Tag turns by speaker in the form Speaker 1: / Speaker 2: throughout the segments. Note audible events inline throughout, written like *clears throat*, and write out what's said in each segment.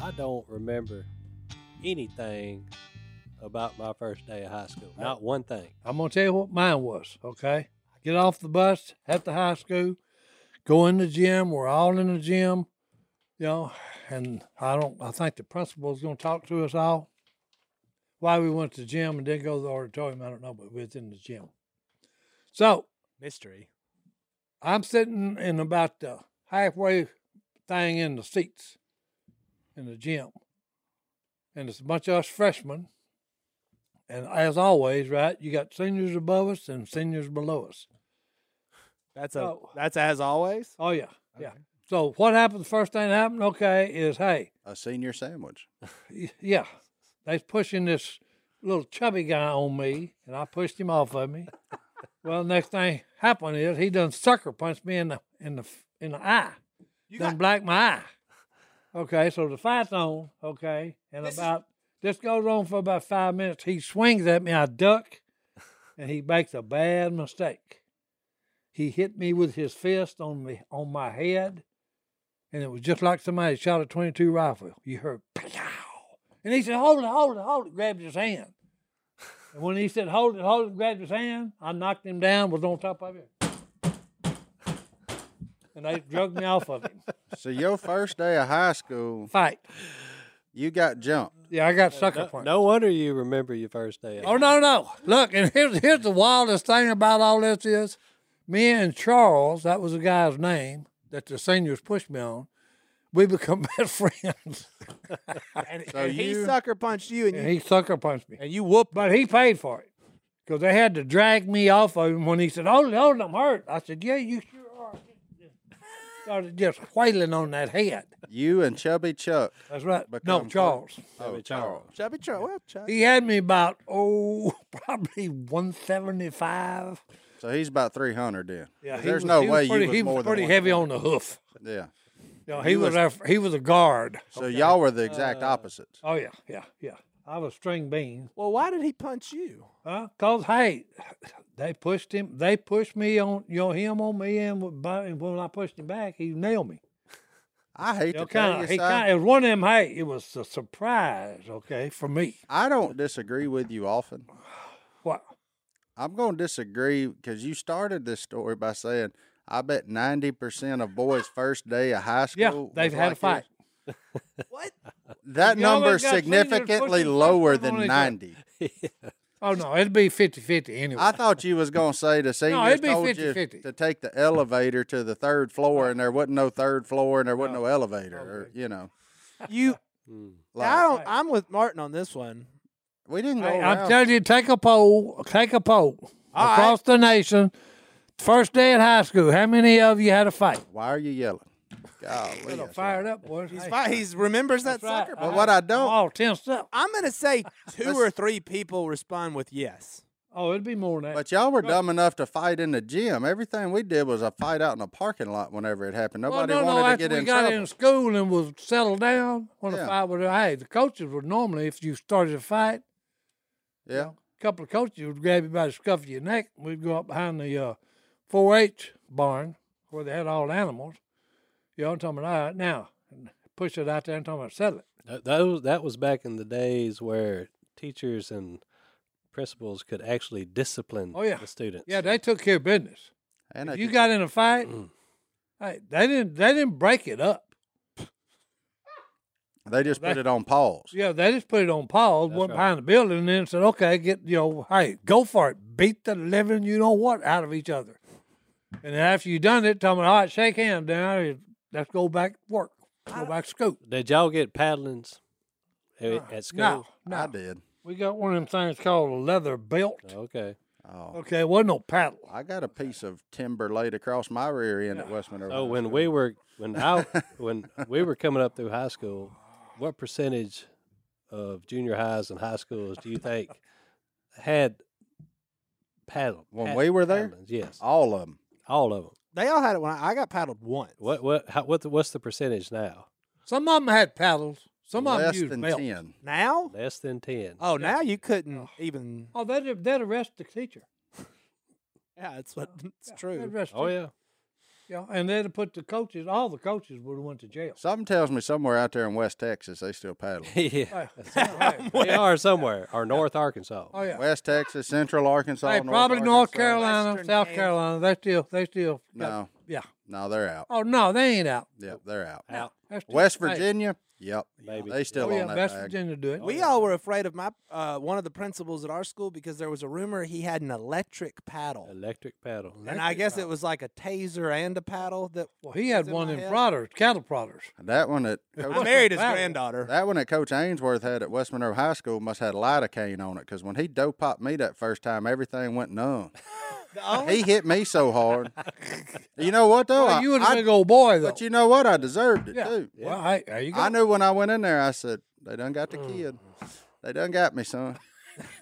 Speaker 1: I don't remember anything about my first day of high school. Not one thing.
Speaker 2: I'm gonna tell you what mine was. Okay, get off the bus at the high school, go in the gym. We're all in the gym, you know. And I don't. I think the principal was gonna talk to us all. Why we went to the gym and didn't go to the auditorium, I don't know, but we was in the gym. So
Speaker 3: Mystery.
Speaker 2: I'm sitting in about the halfway thing in the seats in the gym. And it's a bunch of us freshmen. And as always, right, you got seniors above us and seniors below us.
Speaker 3: That's a
Speaker 2: Oh.
Speaker 3: that's as *laughs* always.
Speaker 2: Oh, yeah. Yeah. So what happened? The first thing that happened, okay, is hey,
Speaker 4: A senior sandwich.
Speaker 2: y- yeah, they's pushing this little chubby guy on me, and I pushed him off of me. well, next thing happened is he done sucker punched me in the in the f- in the eye. You done black my eye. Okay, so the fight's on. Okay, and about this goes on for about five minutes. He swings at me. I duck, and he makes a bad mistake. He hit me with his fist on the on my head, and it was just like somebody shot a twenty two rifle. You heard pow, and he said, "Hold it, hold it, hold it!" Grabbed his hand, and when he said, "Hold it, hold it," grabbed his hand, I knocked him down. Was on top of him, and they drug me off of him.
Speaker 4: So your first day of high school,
Speaker 2: Fight.
Speaker 4: you got
Speaker 2: *laughs*
Speaker 4: jumped.
Speaker 2: Yeah, I got sucker punched.
Speaker 1: Uh, No wonder you remember your first day.
Speaker 2: Oh no, no. Look, and here's here's the wildest thing about all this is me and Charles, that was the guy's name that the seniors pushed me on, we become *laughs* best friends.
Speaker 3: And,
Speaker 4: So
Speaker 3: and he
Speaker 4: you-
Speaker 3: sucker punched you, and you
Speaker 2: and he sucker punched me.
Speaker 3: and you whooped.
Speaker 2: But he paid for it. Because they had to drag me off of him when he said, Hold it, hold it, I'm hurt. I said, Yeah, you sure are. Started just wailing on that head.
Speaker 4: You and Chubby Chuck.
Speaker 2: That's right. no,
Speaker 4: Become
Speaker 2: Charles.
Speaker 4: Oh, Charles.
Speaker 3: Chubby Chuck. Well, Chuck.
Speaker 2: He had me about, oh, *laughs* probably 175.
Speaker 4: So he's about three hundred then.
Speaker 2: Yeah, he
Speaker 4: there's
Speaker 2: was-
Speaker 4: no
Speaker 2: he
Speaker 4: way
Speaker 2: was pretty,
Speaker 4: you was
Speaker 2: he
Speaker 4: more
Speaker 2: was pretty
Speaker 4: than
Speaker 2: heavy on the hoof.
Speaker 4: one. Yeah.
Speaker 2: You know, he, was, our, he was a guard.
Speaker 4: So y'all were the exact opposites.
Speaker 2: Oh yeah, yeah, yeah. I was string bean.
Speaker 3: Well, why did he punch *laughs* you?
Speaker 2: Huh? Cause hey, they pushed him. They pushed me on, you know, him on me, and wh- by- and when I pushed him back, he nailed me.
Speaker 4: I hate
Speaker 2: You know,
Speaker 4: to tell
Speaker 2: kind
Speaker 4: you,
Speaker 2: of, he
Speaker 4: Si,
Speaker 2: kind it was one of them. Hey, it was a surprise, okay, for me.
Speaker 4: I don't disagree with you often.
Speaker 2: What?
Speaker 4: I'm going to disagree because you started this story by saying, "I bet ninety percent of boys' first day of high
Speaker 2: Yeah,
Speaker 4: school."
Speaker 2: they've
Speaker 4: was
Speaker 2: had a
Speaker 4: like
Speaker 2: fight.
Speaker 4: this."
Speaker 3: What?
Speaker 4: That
Speaker 2: Y'all ain't
Speaker 4: number's
Speaker 2: got seniors
Speaker 4: significantly
Speaker 2: pushing
Speaker 4: lower
Speaker 2: something on
Speaker 4: than
Speaker 2: each other.
Speaker 4: ninety.
Speaker 2: Oh no, it'd be 50-50 anyway.
Speaker 4: I thought you was gonna say the seniors
Speaker 2: it'd be
Speaker 4: told
Speaker 2: 50-50.
Speaker 4: you to take the elevator to the third floor, and there wasn't no third floor, and there wasn't no, elevator,
Speaker 2: Oh,
Speaker 4: or you know,
Speaker 3: You?
Speaker 4: like,
Speaker 3: I don't. I'm with Martin on this one.
Speaker 4: we didn't go
Speaker 2: Hey,
Speaker 4: around.
Speaker 2: I'm telling you, take a poll, take a poll
Speaker 3: right.
Speaker 2: across the nation. First day at high school, how many of you had a fight?
Speaker 4: Why are you yelling? Golly,
Speaker 2: *laughs* Well, I'm
Speaker 4: that's
Speaker 2: fired up, boys.
Speaker 3: He's
Speaker 2: Hey,
Speaker 3: fi- *laughs* he's remembers that
Speaker 2: that's right.
Speaker 3: sucker.
Speaker 4: But
Speaker 3: punch.
Speaker 4: what I
Speaker 2: I'm
Speaker 4: don't,
Speaker 2: all tensed up.
Speaker 3: I'm gonna *laughs* say two or three people respond with yes.
Speaker 2: Oh, it'd be more than that.
Speaker 4: but y'all were dumb enough to fight in the gym. Everything we did was a fight out in the parking lot whenever it happened. Nobody
Speaker 2: well, no,
Speaker 4: wanted
Speaker 2: no,
Speaker 4: to
Speaker 2: after
Speaker 4: get
Speaker 2: we
Speaker 4: in
Speaker 2: got
Speaker 4: trouble.
Speaker 2: in school and was settled down, when the
Speaker 4: Yeah.
Speaker 2: fight was, hey, the coaches would normally, if you started a fight,
Speaker 4: yeah,
Speaker 2: a couple of coaches would grab you by the scruff of your neck. and We'd go up behind the 4 H barn where they had all the animals. You know, I'm talking about, all right, now, and push it out there and talking about settle it.
Speaker 1: Th- That was, that was back in the days where teachers and principals could actually discipline
Speaker 2: Oh, yeah.
Speaker 1: the students.
Speaker 2: Yeah, they took care of business.
Speaker 4: and
Speaker 2: If
Speaker 4: they
Speaker 2: you
Speaker 4: could-
Speaker 2: got in a fight, hey, they didn't, they didn't break it up.
Speaker 4: they just put
Speaker 2: they-
Speaker 4: it on pause.
Speaker 2: Yeah, they just put it on pause, went
Speaker 1: right.
Speaker 2: behind the building, and then said, "Okay, get you know, hey, go for it, beat the living you know what out of each other." And then after you done it, tell me, "All right, shake hands now. Let's go back to work, go back to school."
Speaker 1: Did y'all get paddlings a- at school?
Speaker 2: No,
Speaker 4: I
Speaker 2: no,
Speaker 4: did.
Speaker 2: we got one of them things called a leather belt,
Speaker 1: Okay.
Speaker 4: Oh,
Speaker 2: Okay, it wasn't no paddle.
Speaker 4: I got a piece of timber laid across my rear end at Westminster.
Speaker 1: So Oh, when we were when I when we were coming up through high school, what percentage of junior highs and high schools do you think had paddled
Speaker 4: When we were there?
Speaker 1: paddlings? Yes,
Speaker 4: all of them.
Speaker 1: all of them.
Speaker 3: They all had it when I, I got paddled once.
Speaker 1: What what how, what the, what's the percentage now?
Speaker 2: Some of them had paddles. Some of them
Speaker 4: Less
Speaker 2: used
Speaker 4: than
Speaker 2: belts.
Speaker 4: ten.
Speaker 3: Now?
Speaker 1: Less than ten.
Speaker 3: Oh, now you couldn't even.
Speaker 2: Oh, they'd, they'd arrest the teacher.
Speaker 3: Yeah, it's what *laughs* it's
Speaker 2: They'd
Speaker 3: true.
Speaker 2: arrest
Speaker 1: Oh
Speaker 2: the-
Speaker 1: yeah,
Speaker 2: yeah. And they'd have put the coaches, all the coaches would have went to
Speaker 4: *laughs*
Speaker 2: jail.
Speaker 4: Something tells me somewhere out there in West Texas they still paddle.
Speaker 1: yeah. *laughs*
Speaker 2: Right. Right.
Speaker 1: They are somewhere or North Arkansas.
Speaker 2: Oh, *laughs* yeah.
Speaker 4: West Texas, Central Arkansas,
Speaker 2: Hey,
Speaker 4: North
Speaker 2: probably North
Speaker 4: Arkansas.
Speaker 2: Carolina,
Speaker 3: Western
Speaker 2: South
Speaker 3: Kansas.
Speaker 2: Carolina. They still, they still. got-
Speaker 4: No,
Speaker 2: Yeah.
Speaker 4: no, they're out.
Speaker 2: Oh no, they ain't out.
Speaker 4: Yep, they're out.
Speaker 1: Out,
Speaker 2: That's still-
Speaker 4: West
Speaker 2: hey,
Speaker 4: Virginia. Yep,
Speaker 1: baby.
Speaker 4: they still
Speaker 2: Oh yeah,
Speaker 4: on that
Speaker 2: West
Speaker 4: bag.
Speaker 2: Virginia do it.
Speaker 3: We all were afraid of my uh, one of the principals at our school because there was a rumor he had an electric paddle,
Speaker 1: Electric paddle.
Speaker 3: and I guess it was like a taser and a paddle. That
Speaker 2: Well, he
Speaker 3: It's
Speaker 2: had
Speaker 3: in
Speaker 2: one
Speaker 3: my
Speaker 2: in
Speaker 3: head.
Speaker 2: Prodders, cattle Prodders.
Speaker 4: That
Speaker 2: *laughs*
Speaker 4: one at
Speaker 3: I
Speaker 4: Coach,
Speaker 3: married his
Speaker 2: paddle?
Speaker 3: granddaughter.
Speaker 4: that one at Coach Ainsworth had at West Monroe High School must had lidocaine on it because when he dope popped me that first time, everything
Speaker 2: *laughs*
Speaker 4: went numb. he hit me so hard. you know what though?
Speaker 2: Well,
Speaker 4: I-
Speaker 2: you was a
Speaker 4: I-
Speaker 2: big old boy though.
Speaker 4: but you know what? I deserved it
Speaker 2: yeah.
Speaker 4: too.
Speaker 2: Well, hey, there you go.
Speaker 4: I knew when I went in there, I said, they done got the kid. They done got me, son.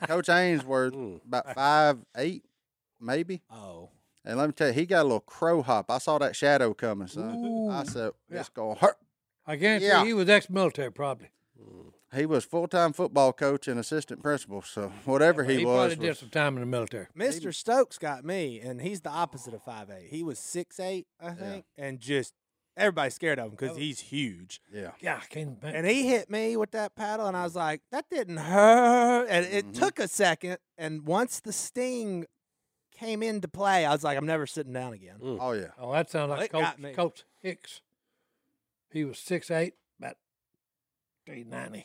Speaker 4: Coach Ainsworth, about five, eight, maybe.
Speaker 3: Oh,
Speaker 4: And let me tell you, he got a little crow hop. I saw that shadow coming, son. I said, it's going to hurt.
Speaker 2: I guarantee
Speaker 4: Yeah.
Speaker 2: he was ex-military probably.
Speaker 4: He was full time football coach and assistant principal. So *laughs* whatever he, was,
Speaker 2: probably did
Speaker 4: was-
Speaker 2: some time in the military.
Speaker 3: Mr. Stokes got me, and he's the opposite of five eight. He was six eight, I think, and just everybody's scared of him because he's huge.
Speaker 4: yeah.
Speaker 2: Yeah, I can't. imagine.
Speaker 3: And he hit me with that paddle, and I was like, "That didn't hurt." And it took a second, and once the sting came into play, I was like, "I'm never sitting down again."
Speaker 4: Oh, yeah.
Speaker 2: Oh, that sounds
Speaker 3: Well,
Speaker 2: like
Speaker 3: it got me.
Speaker 2: Coach, Coach Hicks. He was six eight, about three ninety.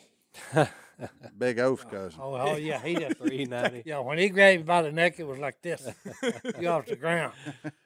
Speaker 4: Big oaf cousin.
Speaker 2: Oh, oh yeah, he had
Speaker 1: Three ninety.
Speaker 2: *laughs* Yeah, when he grabbed me by the neck, it was like this. you off the ground.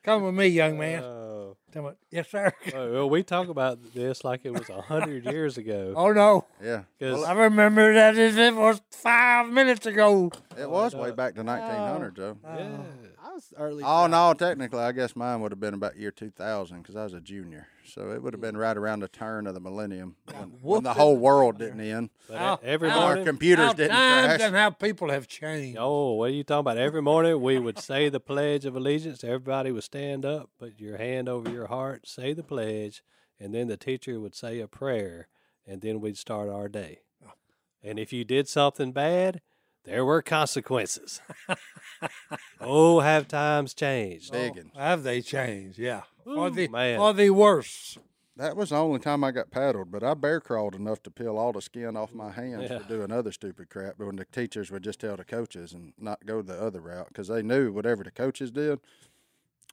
Speaker 2: Come with me, young man.
Speaker 1: Oh.
Speaker 2: Tell me, yes, sir. *laughs*
Speaker 1: Well, we talk about this like it was a hundred years ago.
Speaker 2: Oh no,
Speaker 4: Yeah.
Speaker 1: 'Cause- e,
Speaker 2: I remember that as if it was five minutes ago.
Speaker 4: It was way back to 1900,
Speaker 2: Oh.
Speaker 4: though.
Speaker 1: yeah.
Speaker 3: I was early.
Speaker 4: Oh, no, technically, I guess mine would have been about year 2000 because I was a junior. So it would have been right around the turn of the millennium when, when the
Speaker 3: whooping
Speaker 4: whole world didn't end.
Speaker 1: But
Speaker 2: Ow,
Speaker 1: e- every
Speaker 2: ow.
Speaker 4: Our
Speaker 1: morning,
Speaker 4: computers
Speaker 2: How
Speaker 4: didn't
Speaker 2: times
Speaker 4: crash.
Speaker 2: and how people have changed.
Speaker 1: oh, what are you talking about? Every morning we would say the Pledge of Allegiance. Everybody would stand up, put your hand over your heart, say the pledge, and then the teacher would say a prayer, and then we'd start our day. And if you did something bad, there were consequences. oh, have times changed?
Speaker 4: Digging.
Speaker 2: Have they changed? Yeah, or
Speaker 1: Ooh,
Speaker 2: the
Speaker 1: man.
Speaker 2: or the worse.
Speaker 4: That was the only time I got paddled, but I bear crawled enough to peel all the skin off my hands for doing other stupid crap. But when the teachers would just tell the coaches and not go the other route because they knew whatever the coaches did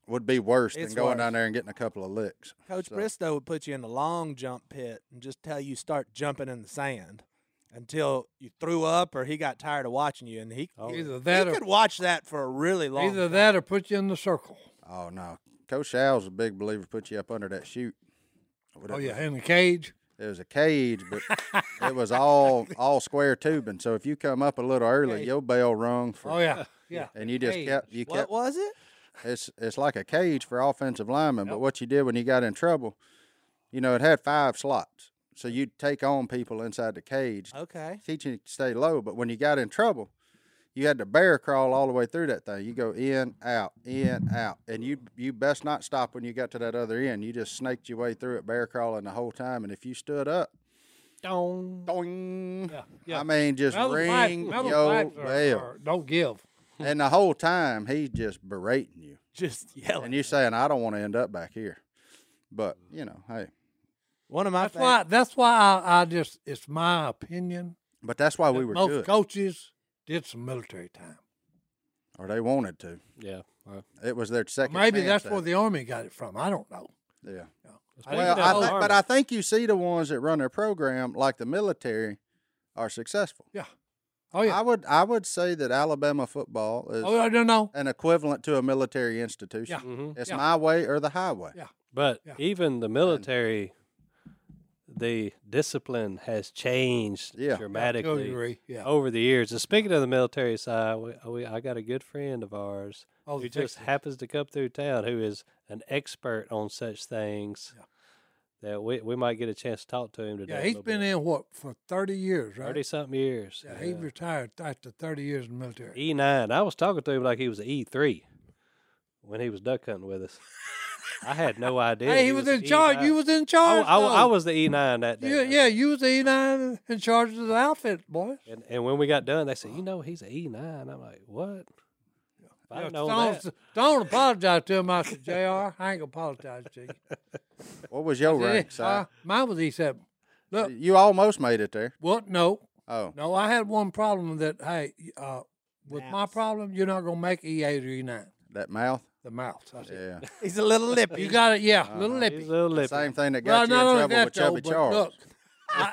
Speaker 4: would be worse
Speaker 3: It's
Speaker 4: than going
Speaker 3: worse.
Speaker 4: down there and getting a couple of licks.
Speaker 3: Coach Bristow would put you in the long jump pit and just tell you start jumping in the sand until you threw up or he got tired of watching you. And he, Oh. he,
Speaker 2: Either
Speaker 3: he
Speaker 2: that or
Speaker 3: could watch that for a really long
Speaker 2: either that or put you in the circle.
Speaker 4: Oh, no. Coach Al's a big believer, put you up under that chute.
Speaker 2: Oh yeah, in the cage.
Speaker 4: It was a cage, but it
Speaker 2: *laughs*
Speaker 4: was all all square tubing. So if you come up a little early, your bell rung for
Speaker 2: Oh
Speaker 4: *laughs*
Speaker 2: yeah, yeah.
Speaker 4: and you just
Speaker 2: Cage.
Speaker 4: kept you
Speaker 3: What
Speaker 4: kept
Speaker 3: was it?
Speaker 4: it's it's like a cage for offensive linemen. But what you did when you got in trouble, you know, it had five slots. So you'd take on people inside the cage,
Speaker 2: Uh.
Speaker 3: Okay.
Speaker 4: teaching you to stay low. But when you got in trouble, you had to bear crawl all the way through that thing. You go in, out, in, out, and you you best not stop when you got to that other end. You just snaked your way through it, bear crawling the whole time. And if you stood up,
Speaker 2: Don't.
Speaker 4: doing.
Speaker 2: yeah.
Speaker 4: I mean, just
Speaker 2: Metal pipe-
Speaker 4: ring
Speaker 2: metal
Speaker 4: your
Speaker 2: pipes are- *laughs*
Speaker 4: bell.
Speaker 2: are- don't give.
Speaker 4: And the whole time, he's just berating you.
Speaker 3: Just yelling.
Speaker 4: And you're saying, I don't want to end up back here. But,
Speaker 2: Mm.
Speaker 4: you know, hey.
Speaker 3: One of my
Speaker 2: That's
Speaker 3: fav-
Speaker 2: why. That's why I, I just. It's my opinion.
Speaker 4: But that's why we
Speaker 2: that
Speaker 4: were
Speaker 2: most
Speaker 4: good.
Speaker 2: coaches did some military time.
Speaker 4: or they wanted to.
Speaker 1: Yeah. all right.
Speaker 4: It was their second
Speaker 2: Maybe that's
Speaker 4: chance
Speaker 2: where
Speaker 4: at
Speaker 2: the army got it from. I don't know.
Speaker 4: it. Yeah.
Speaker 1: I think
Speaker 4: Well, I
Speaker 1: that
Speaker 4: think,
Speaker 1: was
Speaker 4: but
Speaker 1: Army.
Speaker 4: I think you see the ones that run their program, like the military, are successful.
Speaker 2: Yeah. Oh yeah.
Speaker 4: I would I would say that Alabama football is
Speaker 2: oh, I don't know.
Speaker 4: an equivalent to a military institution.
Speaker 2: Yeah.
Speaker 4: It's
Speaker 2: Yeah.
Speaker 4: my way or the highway.
Speaker 2: Yeah.
Speaker 1: Mm-hmm. But
Speaker 2: Yeah.
Speaker 1: even the military, the discipline has changed
Speaker 4: Yeah.
Speaker 1: dramatically
Speaker 2: Auxiliary, yeah.
Speaker 1: over the years. And speaking of the military side, we, uh, we, I got a good friend of ours
Speaker 2: Oh,
Speaker 1: who
Speaker 2: the
Speaker 1: just
Speaker 2: fixers.
Speaker 1: happens to come through town who is an expert on such things that we, we might get a chance to talk to him today.
Speaker 2: Yeah,
Speaker 1: a
Speaker 2: he's
Speaker 1: little
Speaker 2: been
Speaker 1: bit.
Speaker 2: in what for thirty years, right?
Speaker 1: 30 something years.
Speaker 2: Yeah, he retired after thirty years in the military.
Speaker 1: E9. I was talking to him like he was E3 when he was duck hunting with us. I had
Speaker 2: *laughs*
Speaker 1: no idea.
Speaker 2: hey, he, was, in charge.
Speaker 1: E9.
Speaker 2: You was in
Speaker 1: E I,
Speaker 2: charge.
Speaker 1: I, I
Speaker 2: though.
Speaker 1: was the E9 that day.
Speaker 2: You, yeah, you was the E nine in charge of the outfit, boys.
Speaker 1: And, and when we got done, they said, you know, he's an E9. I'm like, what? If I
Speaker 2: Uh-huh. Yeah,
Speaker 1: know
Speaker 2: Stone-
Speaker 1: that.
Speaker 2: Stone apologized to him. I said, Jr. I ain't gonna apologize to you.
Speaker 4: What was your
Speaker 2: See,
Speaker 4: rank,
Speaker 2: uh,
Speaker 4: Si?
Speaker 2: mine was E seven. Look,
Speaker 4: You almost made it there.
Speaker 2: what? No,
Speaker 4: Oh,
Speaker 2: no. I had one problem that hey, uh, with my
Speaker 3: Mouths.
Speaker 2: problem, you're not gonna make E eight or E nine.
Speaker 4: that mouth.
Speaker 2: The mouth. I said. *laughs*
Speaker 4: Yeah,
Speaker 3: He's a *laughs* little lippy.
Speaker 2: You got it. Yeah, little lippy.
Speaker 1: Uh-huh. He's a little lippy.
Speaker 4: same thing that
Speaker 2: Well,
Speaker 4: got
Speaker 2: not only
Speaker 4: you in trouble
Speaker 2: that,
Speaker 4: with Chubby
Speaker 2: though, but
Speaker 4: Charles. Oh.
Speaker 2: Look,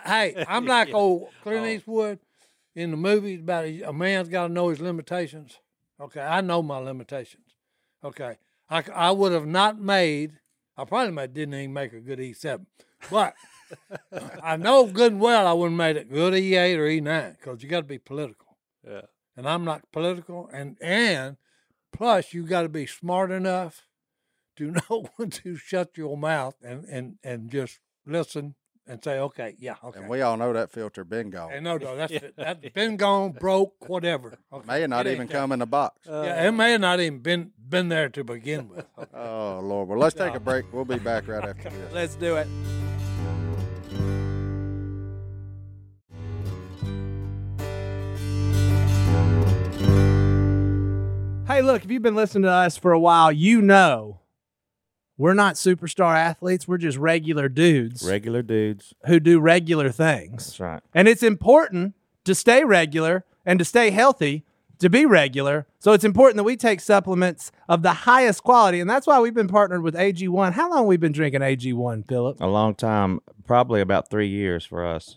Speaker 2: I,
Speaker 4: *laughs*
Speaker 2: hey, I'm like old Clint Eastwood in the movies about a, a man's got to know his limitations. Okay, I know my limitations. Okay, I, c- I would have not made. I probably made, didn't even make a good E E7, but I know good and well I wouldn't made it good E8 or E9 because you got to be political,
Speaker 1: Yeah.
Speaker 2: and I'm not political, and and plus you got to be smart enough to *laughs* know when to shut your mouth and and and just listen and say okay yeah okay
Speaker 4: And we all know that filter been gone.
Speaker 2: and no no that's it. that's been gone broke whatever okay.
Speaker 4: May have not
Speaker 2: It
Speaker 4: even
Speaker 2: ain't Uh,
Speaker 4: come in the box.
Speaker 1: Uh,
Speaker 2: that- yeah it may have not even been been there to
Speaker 1: *laughs*
Speaker 2: begin with okay.
Speaker 4: Oh Lord. Well, let's take a break. We'll be back right
Speaker 2: *laughs*
Speaker 4: after this.
Speaker 3: Let's do it. Hey, look, if you've been listening to us for a while, you know we're not superstar athletes. We're just regular dudes
Speaker 5: Regular dudes.
Speaker 3: who do regular things.
Speaker 5: That's right.
Speaker 3: And it's important to stay regular and to stay healthy to be regular. So it's important that we take supplements of the highest quality. And that's why we've been partnered with AG1. How long have we been drinking AG1, Philip?
Speaker 5: A long time, probably about three years for us.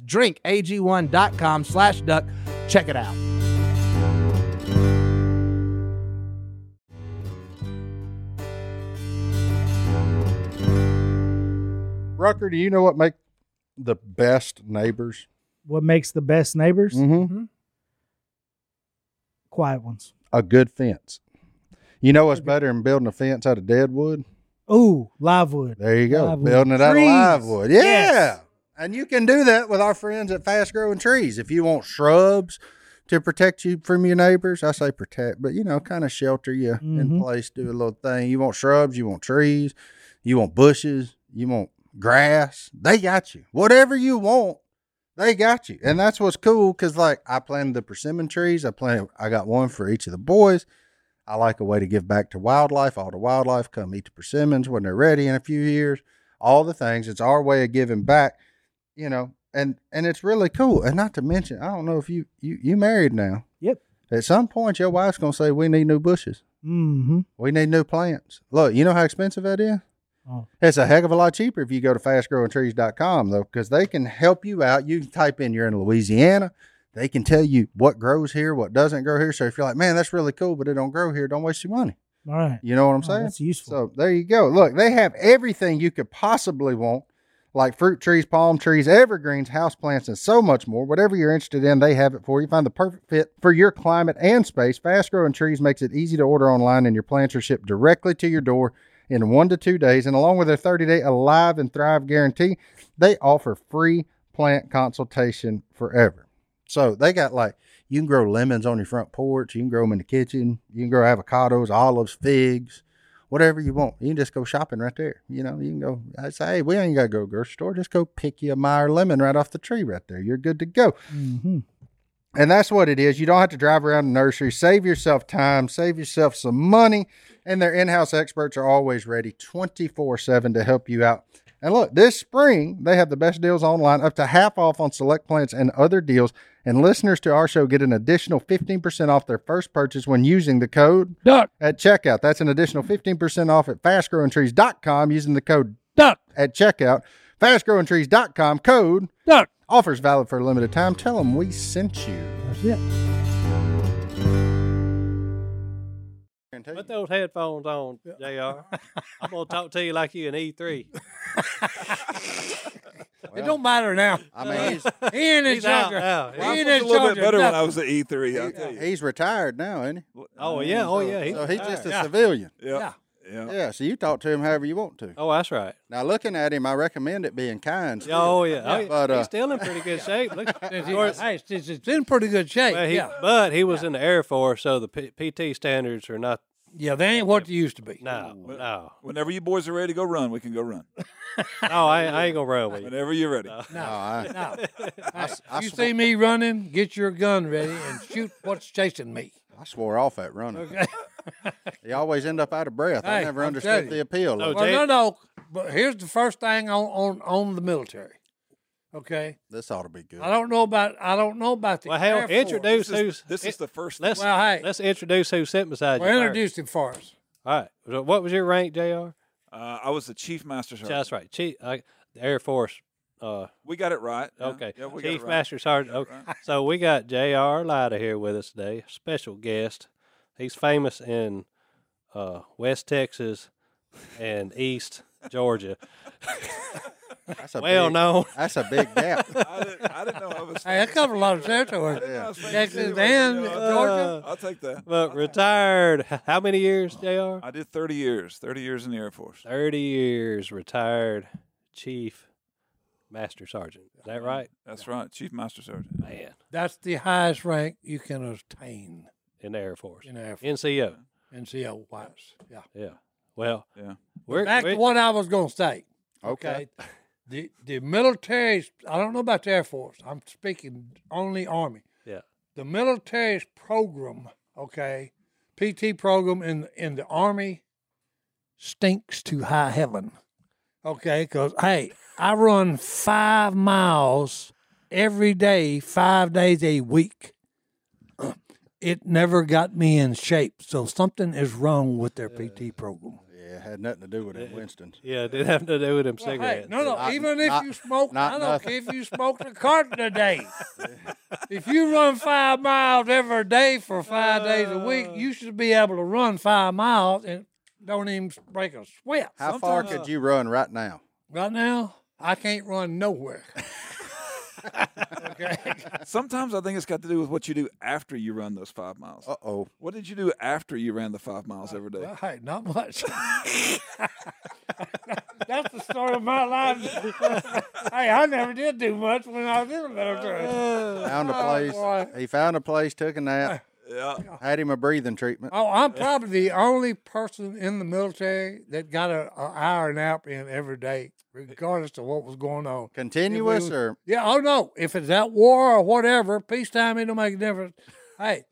Speaker 3: drinkag1.com slash duck. Check it out.
Speaker 4: Rucker, do you know what make the best neighbors?
Speaker 6: What makes the best neighbors?
Speaker 4: Mm-hmm.
Speaker 6: Quiet ones.
Speaker 4: A good fence. You know what's better than building a fence out of dead wood?
Speaker 6: Ooh, live wood.
Speaker 4: There you go.
Speaker 6: Live wood.
Speaker 4: building it out of live
Speaker 6: Trees.
Speaker 4: wood. Yeah.
Speaker 6: Yes.
Speaker 4: And you can do that with our friends at Fast Growing Trees. If you want shrubs to protect you from your neighbors, I say protect, but you know, kind of shelter you in place, do a little thing. You want shrubs, you want trees, you want bushes, you want grass. They got you. Whatever you want, they got you. And that's what's cool because, like, I planted the persimmon trees. I planted, I got one for each of the boys. I like a way to give back to wildlife. All the wildlife come eat the persimmons when they're ready in a few years. All the things. It's our way of giving back you know, and and it's really cool. And not to mention, I don't know if you you you married now.
Speaker 6: Yep.
Speaker 4: At some point, your wife's gonna say, "We need new bushes.
Speaker 6: Mm-hmm.
Speaker 4: We need new plants." Look, you know how expensive that is.
Speaker 6: Oh.
Speaker 4: It's a heck of a lot cheaper if you go to fastgrowingtrees.com though, because they can help you out. You can type in you're in Louisiana. They can tell you what grows here, what doesn't grow here. So if you're like, man, that's really cool, but it don't grow here, don't waste your money.
Speaker 6: All right.
Speaker 4: You know what I'm
Speaker 6: Oh,
Speaker 4: saying?
Speaker 6: that's useful.
Speaker 4: So there you go. Look, they have everything you could possibly want, like fruit trees, palm trees, evergreens, houseplants, and so much more. Whatever you're interested in, they have it for you. Find the perfect fit for your climate and space. Fast growing trees makes it easy to order online, and your plants are shipped directly to your door in one to two days. And along with their 30 day Alive and Thrive guarantee, they offer free plant consultation forever. So they got like you can grow lemons on your front porch, you can grow them in the kitchen, you can grow avocados, olives, figs, whatever you want. You can just go shopping right there. You know, you can go. I say, hey, we ain't gotta go to the grocery store. Just go pick you a Meyer lemon right off the tree right there. You're good to go.
Speaker 6: Mm-hmm.
Speaker 4: And that's what it is. You don't have to drive around the nursery. Save yourself time, save yourself some money. And their in house experts are always ready 24 7 to help you out. And look, this spring, they have the best deals online, up to half off on select plants and other deals. And listeners to our show get an additional 15% off their first purchase when using the code
Speaker 2: Duck,
Speaker 4: at checkout. That's an additional 15% off at fastgrowingtrees.com using the code
Speaker 2: duck,
Speaker 4: at checkout. Fastgrowingtrees.com code
Speaker 2: duck.
Speaker 4: offers valid for a limited time. Tell them we sent you.
Speaker 6: That's it.
Speaker 1: Put those headphones on, Jr. I'm gonna talk to you like you E in E3.
Speaker 2: it don't matter now.
Speaker 4: I
Speaker 2: *laughs*
Speaker 4: mean, he's,
Speaker 2: He ain't in
Speaker 1: He's out
Speaker 2: charge.
Speaker 1: now.
Speaker 2: He ain't
Speaker 7: I
Speaker 2: in
Speaker 7: was a little
Speaker 2: charge.
Speaker 7: bit better when I
Speaker 2: of
Speaker 7: was at
Speaker 6: E
Speaker 7: E3. I'll tell you.
Speaker 4: he's retired now, isn't he?
Speaker 1: Oh yeah, oh yeah. He,
Speaker 4: So he's just a
Speaker 2: Yeah.
Speaker 4: civilian.
Speaker 7: Yeah. Yeah.
Speaker 4: Yeah, so you talk to him however you want to.
Speaker 1: oh, that's right.
Speaker 4: Now, looking at him, I recommend it being kind.
Speaker 1: Yeah, oh yeah. Oh, yeah.
Speaker 4: But, uh,
Speaker 1: he's still in pretty good shape. Look,
Speaker 2: nothing.
Speaker 1: Or-
Speaker 2: He's- Hey, it's- it's in pretty good shape.
Speaker 1: well, he-
Speaker 2: yeah.
Speaker 1: but he was in the Air Force, so the P- PT standards are not.
Speaker 2: yeah, they ain't what they used to be.
Speaker 1: No, no,
Speaker 7: Whenever you boys are ready to go run, we can go run.
Speaker 1: no. I, I ain't gonna run with you.
Speaker 7: Whenever you're ready.
Speaker 4: No, I-
Speaker 2: No. Hey,
Speaker 4: I
Speaker 2: you
Speaker 4: sw-
Speaker 2: see me running, get your gun ready and shoot what's chasing me.
Speaker 4: I swore off at running. *laughs* you always end up out of breath. I
Speaker 2: Hey,
Speaker 4: never
Speaker 2: I'm
Speaker 4: understood
Speaker 2: telling
Speaker 4: the
Speaker 2: you.
Speaker 4: appeal. of
Speaker 1: No,
Speaker 4: it.
Speaker 2: Well,
Speaker 1: Jay-
Speaker 2: no, no. But here's the first thing on, on, on the military. Okay,
Speaker 4: This ought to be good.
Speaker 2: I don't know about I don't know about the.
Speaker 1: Well, hell,
Speaker 2: Air Force.
Speaker 1: introduce
Speaker 7: This is,
Speaker 1: who's.
Speaker 7: this is the first.
Speaker 1: let's
Speaker 2: Well, hey.
Speaker 1: let's introduce who's sitting beside you.
Speaker 2: Well,
Speaker 1: first.
Speaker 2: introduce him for us.
Speaker 1: All right. So what was your rank, Jr?
Speaker 7: Uh, I was the chief master sergeant.
Speaker 1: That's right. Chief, uh, the Air Force. Uh,
Speaker 7: We got it right. Yeah.
Speaker 1: Okay.
Speaker 7: Yeah, we got it
Speaker 1: Chief
Speaker 7: right.
Speaker 1: Master Sergeant. Okay. So we got J.R. Lyda here with us today, special guest. He's famous in uh, West Texas and
Speaker 7: *laughs*
Speaker 1: East Georgia.
Speaker 4: That's a
Speaker 1: Well
Speaker 4: big,
Speaker 7: *laughs*
Speaker 1: known.
Speaker 4: That's a
Speaker 2: *laughs*
Speaker 4: big gap.
Speaker 7: I didn't, I didn't know I was.
Speaker 2: Hey, I covered a lot
Speaker 1: *laughs*
Speaker 2: of territory.
Speaker 7: I was thinking
Speaker 2: Texas
Speaker 7: anyway,
Speaker 2: and
Speaker 7: you know,
Speaker 2: Georgia.
Speaker 7: Uh, I'll take that.
Speaker 1: Uh,
Speaker 7: Uh,
Speaker 1: But retired, h- how many years, Jr.?
Speaker 7: I did 30 years. 30 years in the Air Force.
Speaker 1: 30 years, retired Chief Master Sergeant. Is that right?
Speaker 7: That's right. Chief master sergeant.
Speaker 1: Man,
Speaker 2: That's the highest rank you can obtain
Speaker 1: in the Air Force.
Speaker 2: in the Air Force,
Speaker 1: NCO.
Speaker 2: NCO wise. Yeah.
Speaker 1: Yeah. Well,
Speaker 7: Yeah.
Speaker 1: we're,
Speaker 2: Back
Speaker 1: we-
Speaker 2: to what I was going to say.
Speaker 4: Okay.
Speaker 2: The the military's I don't know about the Air Force. I'm speaking only Army.
Speaker 1: Yeah.
Speaker 2: The military's program, okay, PT program in in the Army stinks to high heaven. Okay, because hey, I run five miles every day, five days a week. *clears throat* It never got me in shape, so something is wrong with their PT program.
Speaker 4: Yeah, it had nothing to do with it, Winston.
Speaker 1: Yeah, it didn't have to do with them
Speaker 2: Well, hey,
Speaker 1: cigarettes.
Speaker 2: no, no.
Speaker 4: Not-
Speaker 2: even if
Speaker 4: not-
Speaker 2: you smoke,
Speaker 4: not
Speaker 2: I don't
Speaker 4: nothing.
Speaker 2: care if you smoked a carton a
Speaker 4: *laughs*
Speaker 2: day. if you run five miles every day for five days a week,
Speaker 4: Uh.
Speaker 2: you should be able to run five miles and don't even break a sweat.
Speaker 4: How far could you run right now?
Speaker 2: Right now, I can't run nowhere. okay.
Speaker 7: Sometimes I think it's got to do with what you do after you run those five miles.
Speaker 4: Uh oh.
Speaker 7: What did you do after you ran the five miles every day?
Speaker 2: Well, hey, not much. *laughs* That's the story of my life. *laughs* hey, I never did do much when I was in the military.
Speaker 4: Found a
Speaker 2: Oh,
Speaker 4: place.
Speaker 2: boy.
Speaker 4: he found a place, took a nap,
Speaker 7: *laughs* Yeah.
Speaker 4: had him a breathing treatment.
Speaker 2: Oh, I'm probably the only person in the military that got an hour nap in every day, regardless of what was going on.
Speaker 4: Continuous
Speaker 2: was-
Speaker 4: or
Speaker 2: Yeah, oh no, if it's at war or whatever, peacetime, it don't make a difference. Hey,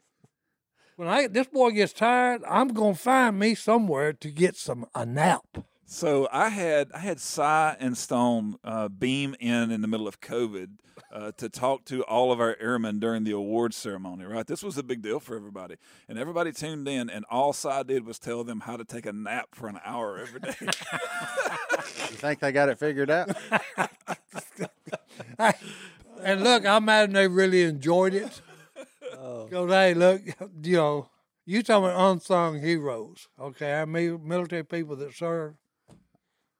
Speaker 2: when I this boy gets tired, I'm gonna find me somewhere to get some a nap.
Speaker 7: So I had I had Cy and Stone uh, beam in in the middle of COVID uh, to talk to all of our airmen during the award ceremony. Right, this was a big deal for everybody, and everybody tuned in, and all Cy did was tell them how to take a nap for an hour every day.
Speaker 4: you think they got it
Speaker 2: *laughs*
Speaker 4: figured out?
Speaker 2: And look, I imagine they really enjoyed it. Go, hey, look, you know, you talking about unsung heroes, okay? I mean, military people that serve.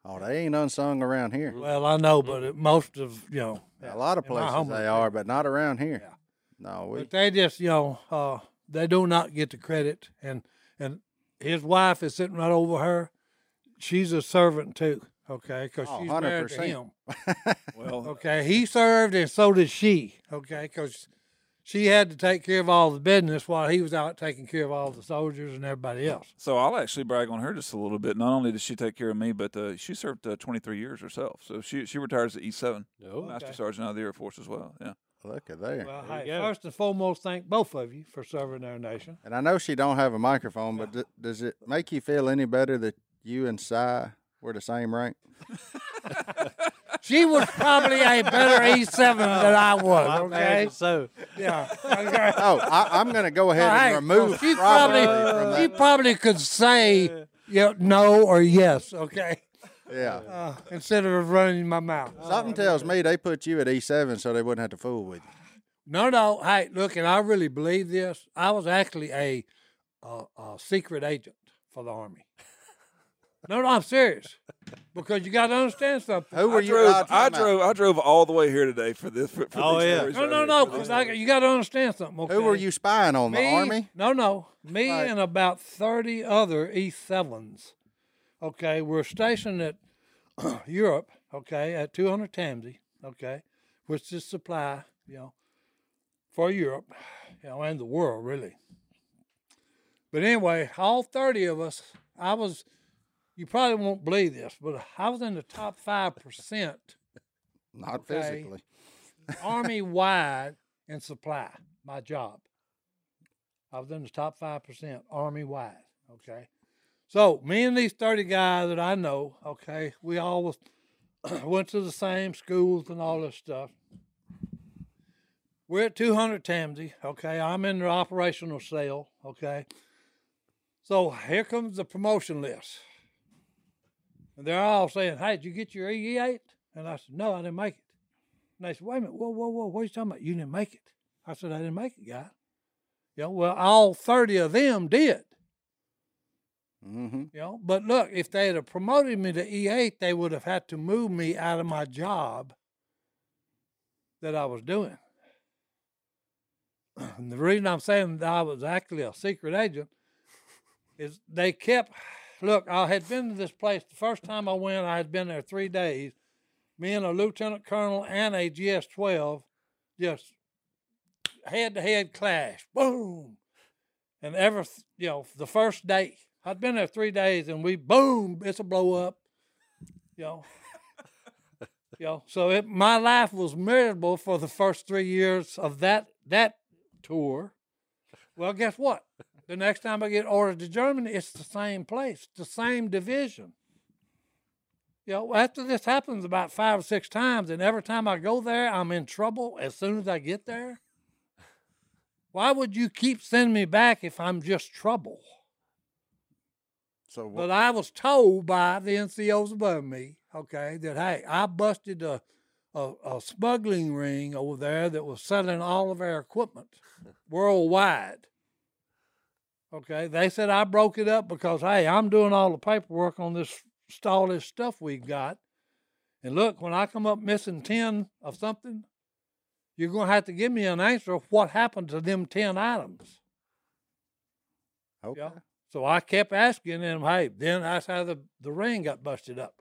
Speaker 4: Oh, they ain't unsung around here.
Speaker 2: Well, I know, but it, most of you know,
Speaker 4: A lot of
Speaker 2: In my
Speaker 4: places
Speaker 2: humble
Speaker 4: they are, but not around here. No, we,
Speaker 2: But they just, you know, uh, they do not get the credit. And and his wife is sitting right over her. She's a servant too, okay, because
Speaker 4: Oh,
Speaker 2: she's married to
Speaker 4: 100%.
Speaker 2: him.
Speaker 7: well,
Speaker 2: Okay, he served and so did she, okay, because she had to take care of all the business while he was out taking care of all the soldiers and everybody else.
Speaker 7: so I'll actually brag on her just a little bit. Not only did she take care of me, but uh, she served uh, 23 years herself. So she she retired as an E seven
Speaker 1: Oh,
Speaker 7: master
Speaker 2: okay.
Speaker 7: sergeant out of the Air Force as well. Yeah.
Speaker 4: look at there.
Speaker 2: Well,
Speaker 1: There you
Speaker 2: hey,
Speaker 1: go.
Speaker 2: first and foremost, thank both of you for serving our nation.
Speaker 4: And I know she don't have a microphone, but d- does it make you feel any better that you and Cy were the same rank?
Speaker 2: She was probably a better E7 than I was, okay?
Speaker 1: Imagine
Speaker 4: *laughs*
Speaker 1: so
Speaker 2: Yeah. Okay.
Speaker 4: Oh, I, I'm going to go ahead
Speaker 2: *laughs*
Speaker 4: and
Speaker 2: All right, so
Speaker 4: remove
Speaker 2: she
Speaker 4: probably,
Speaker 2: probably,
Speaker 4: from
Speaker 2: she
Speaker 4: that.
Speaker 2: probably could say yeah, no or yes, okay,
Speaker 4: Yeah.
Speaker 2: uh, instead of running Oh, my mouth.
Speaker 4: Something tells me they put you at E7 so they wouldn't have to fool with you.
Speaker 2: No, no. Hey, look, and I really believe this. I was actually a, a, a secret agent for the army. No, no, I'm serious, because you got to understand something.
Speaker 4: Who were
Speaker 7: I
Speaker 4: you?
Speaker 7: drove,
Speaker 4: uh,
Speaker 7: I
Speaker 4: time out.
Speaker 7: drove, I drove all the way here today for this. For, for
Speaker 1: Oh,
Speaker 7: these
Speaker 1: yeah.
Speaker 7: stories
Speaker 2: No,
Speaker 7: right
Speaker 2: no,
Speaker 7: here.
Speaker 2: no.
Speaker 7: For these
Speaker 2: Because I, you got to understand something. Okay?
Speaker 4: Who were you spying on? The
Speaker 2: Me-
Speaker 4: Army?
Speaker 2: No, no. Me
Speaker 4: Right.
Speaker 2: and about 30 other E7s, okay, were stationed at *clears throat* Europe, okay, at 200 Tamsy, okay, which is supply, you know, for Europe, you know, and the world, really. But anyway, all 30 of us, I was, you probably won't believe this, but I was in the top 5%
Speaker 4: Not
Speaker 2: Okay.
Speaker 4: physically.
Speaker 2: Army wide in supply, my job. I was in the top 5% Army wide. Okay. So, me and these 30 guys that I know, okay, we all was, *clears throat* went to the same schools and all this stuff. We're at 200 Tamsy, okay. I'm in the operational cell, okay. So, here comes the promotion list. And they're all saying, Hey, did you get your EE8? And I said, No, I didn't make it. And they said, wait a minute, whoa, whoa, whoa, what are you talking about? You didn't make it. I said, I didn't make it, guy. You know, well, all 30 of them did.
Speaker 4: Mm-hmm.
Speaker 2: You know, but look, if they had promoted me to E8, they would have had to move me out of my job that I was doing. *clears throat* And the reason I'm saying that I was actually a secret agent is they kept. Look, I had been to this place the first time I went. I had been there three days. Me and a lieutenant colonel and a GS 12 just head to head clash. Boom and ever th- you know the first day i'd been there three days and we boom it's a blow up you know you know so it, my life was miserable for the first three years of that that tour well guess what the next time i get ordered to germany it's the same place the same division you know after this happens about five or six times and every time i go there i'm in trouble as soon as i get there why would you keep sending me back if I'm just trouble?
Speaker 4: So wh-
Speaker 2: But I was told by the NCOs above me, okay, that hey, I busted a, a, a smuggling ring over there that was selling all of our equipment worldwide. Okay, they said I broke it up because hey, I'm doing all the paperwork on this all this stuff we've got. And look, when I come up missing ten of something, you're gonna have to give me an answer of what happened to them ten items.
Speaker 4: okay.
Speaker 2: Yeah. So I kept asking them, hey, then that's how the, the ring got busted up.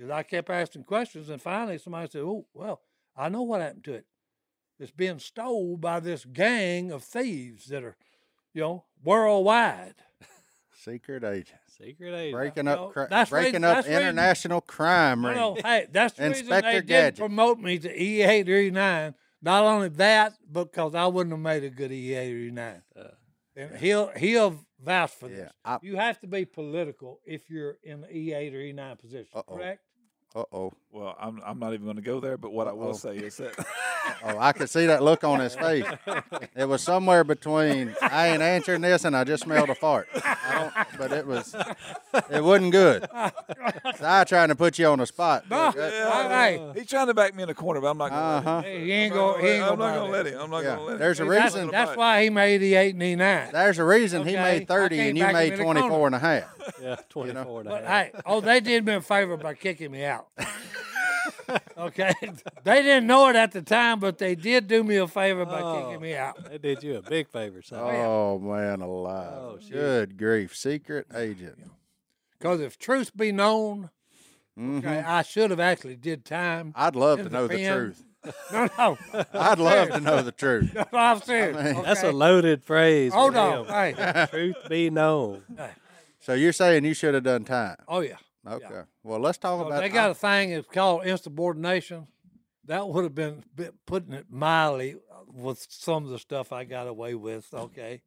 Speaker 2: 'Cause I kept asking questions, and finally somebody said, "Oh, well, I know what happened to it. It's being stole by this gang of thieves that are, you know, worldwide."
Speaker 4: Secret agent.
Speaker 1: Secret agent.
Speaker 4: Breaking
Speaker 2: no,
Speaker 4: up, cri-
Speaker 2: that's reason-
Speaker 4: breaking up
Speaker 2: that's reason-
Speaker 4: international crime
Speaker 2: No,
Speaker 4: ring.
Speaker 2: no, hey, that's the reason
Speaker 4: Inspector
Speaker 2: they didn't
Speaker 4: Gadget.
Speaker 2: promote me to EA thirty nine. Not only that, because I wouldn't have made a good EA thirty nine. and he'll he'll vouch for
Speaker 4: Uh,
Speaker 2: *laughs*
Speaker 4: Yeah,
Speaker 2: this.
Speaker 4: I-
Speaker 2: you have to be political if you're in the E EA thirty nine position,
Speaker 4: Uh-oh.
Speaker 2: correct?
Speaker 4: Uh oh.
Speaker 7: Well, I'm, I'm not even going to go there, but what I
Speaker 4: Uh-oh.
Speaker 7: will say
Speaker 4: *laughs*
Speaker 7: is that *laughs*
Speaker 4: Oh, I could see that look on his face. It was somewhere between I ain't answering this and I just smelled a fart. I don't, but it was, it wasn't good. It's I trying to put you on the spot.
Speaker 2: No,
Speaker 4: but that-
Speaker 2: hey, hey,
Speaker 7: he's trying to back me in a corner, but I'm not going to
Speaker 4: Uh-huh.
Speaker 7: let him.
Speaker 2: he ain't
Speaker 7: I'm not
Speaker 2: going. He
Speaker 7: gonna let-
Speaker 2: ain't
Speaker 7: I'm not
Speaker 2: buy
Speaker 7: gonna
Speaker 2: that.
Speaker 7: let him. I'm not
Speaker 4: Yeah,
Speaker 7: going to let him.
Speaker 4: there's a
Speaker 7: He's
Speaker 2: That's,
Speaker 7: not gonna
Speaker 4: reason-
Speaker 2: that's
Speaker 7: buy it.
Speaker 2: why he made the eight and the nine.
Speaker 4: There's a reason he
Speaker 2: Okay, I
Speaker 4: made 30
Speaker 2: can't
Speaker 4: and you
Speaker 2: back him
Speaker 4: made
Speaker 2: in the corner.
Speaker 4: 24 and a half.
Speaker 1: Yeah, 24 and a
Speaker 2: But
Speaker 1: half.
Speaker 2: hey, oh, they did me a favor by kicking me
Speaker 4: *laughs*
Speaker 2: out. okay, they didn't know it at the time, but they did do me a favor by
Speaker 1: Oh.
Speaker 2: kicking me out.
Speaker 1: They did you a big favor, son.
Speaker 4: Oh, man, alive.
Speaker 1: Oh, shit.
Speaker 4: good grief. Secret agent.
Speaker 2: Because if truth be known, okay,
Speaker 4: Mm-hmm.
Speaker 2: I should have actually did *laughs* time.
Speaker 4: I'd love
Speaker 2: His
Speaker 4: to know the
Speaker 2: defense.
Speaker 4: truth.
Speaker 2: *laughs* No, no, no,
Speaker 4: I'd love to know
Speaker 2: *laughs*
Speaker 4: the truth.
Speaker 2: I'm serious.
Speaker 1: That's a
Speaker 2: okay?
Speaker 1: loaded phrase. for
Speaker 2: hold
Speaker 1: him.
Speaker 2: on. Hey,
Speaker 1: *laughs* Truth be known.
Speaker 4: So you're saying you should have done time.
Speaker 2: oh yeah.
Speaker 4: Okay. Well, let's talk
Speaker 2: Well,
Speaker 4: about
Speaker 2: Oh, they got a thing that's called insubordination. That would have been bit- putting it mildly uh, with some of the stuff I got away with. Okay.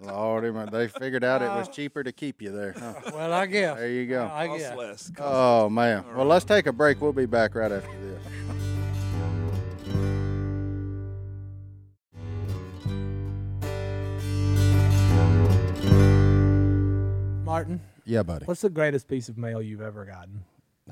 Speaker 4: Lord, him- they figured out it was
Speaker 3: Uh.
Speaker 4: cheaper to keep you there. huh?
Speaker 3: *laughs*
Speaker 2: Well, I guess.
Speaker 4: There you go.
Speaker 2: I
Speaker 7: Costs
Speaker 2: guess.
Speaker 7: less. Costs-
Speaker 4: Oh man. Well, let's take a break. We'll be back right after this.
Speaker 3: Martin,
Speaker 4: Yeah, buddy.
Speaker 3: what's the greatest piece of mail you've ever gotten?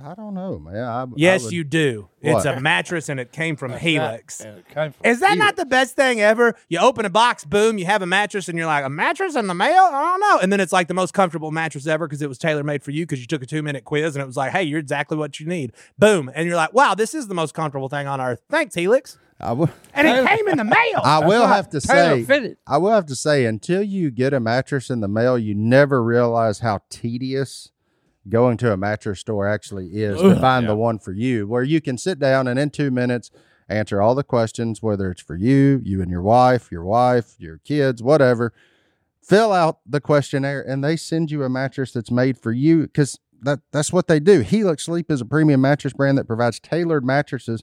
Speaker 4: I don't know, man. I, I
Speaker 3: Yes,
Speaker 4: would-
Speaker 3: you do. It's
Speaker 4: What?
Speaker 3: a mattress and it came from Helix.
Speaker 2: And it came from-
Speaker 3: Is that not the best thing ever? You open a box, boom, you have a mattress, and you're like, a mattress in the mail? I don't know. And then it's like the most comfortable mattress ever because it was tailor made for you because you took a two minute quiz and it was like, hey, you're exactly what you need. Boom. And you're like, wow, this is the most comfortable thing on earth. Thanks, Helix.
Speaker 4: I will.
Speaker 3: And it
Speaker 2: *laughs*
Speaker 3: came in the mail.
Speaker 4: *laughs* I will have to say.
Speaker 2: Tailor-fitted.
Speaker 4: I will have to say. Until you get a mattress in the mail, you never realize how tedious going to a mattress store actually is to find the one for you. Where you can sit down and in two minutes answer all the questions, whether it's for you, you and your wife, your wife, your kids, whatever. fill out the questionnaire and they send you a mattress that's made for you because that, that's what they do. Helix Sleep is a premium mattress brand that provides tailored mattresses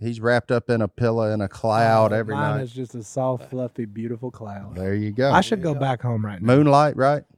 Speaker 4: he's wrapped up in a pillow in a cloud every
Speaker 6: Oh, Mine
Speaker 4: night.
Speaker 6: is just a soft, fluffy, beautiful cloud.
Speaker 4: there you go.
Speaker 6: I should go back home right now.
Speaker 4: Moonlight, right?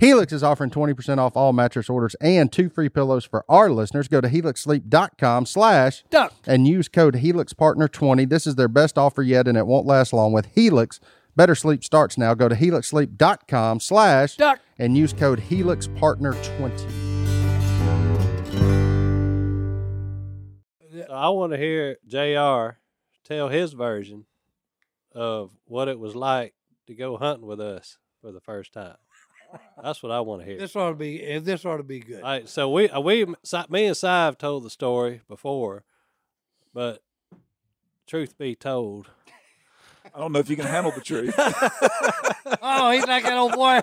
Speaker 4: Helix is offering 20% off all mattress orders and two free pillows for our listeners. Go to helixsleep.com slash
Speaker 2: Duck.
Speaker 4: and use code HelixPartner20. This is their best offer yet, and it won't last long with Helix. Better sleep starts now. Go to helixsleep.com slash
Speaker 2: Duck.
Speaker 4: and use code HelixPartner20.
Speaker 1: I want to hear Jr. tell his version of what it was like to go hunting with us for the first time. That's what I want to hear.
Speaker 2: This ought to be. eh, This ought to be good.
Speaker 1: All right, so we uh, we Si- me and Sive told the story before, but truth be told,
Speaker 7: I don't know if you can handle the truth.
Speaker 2: oh, he's like an old boy.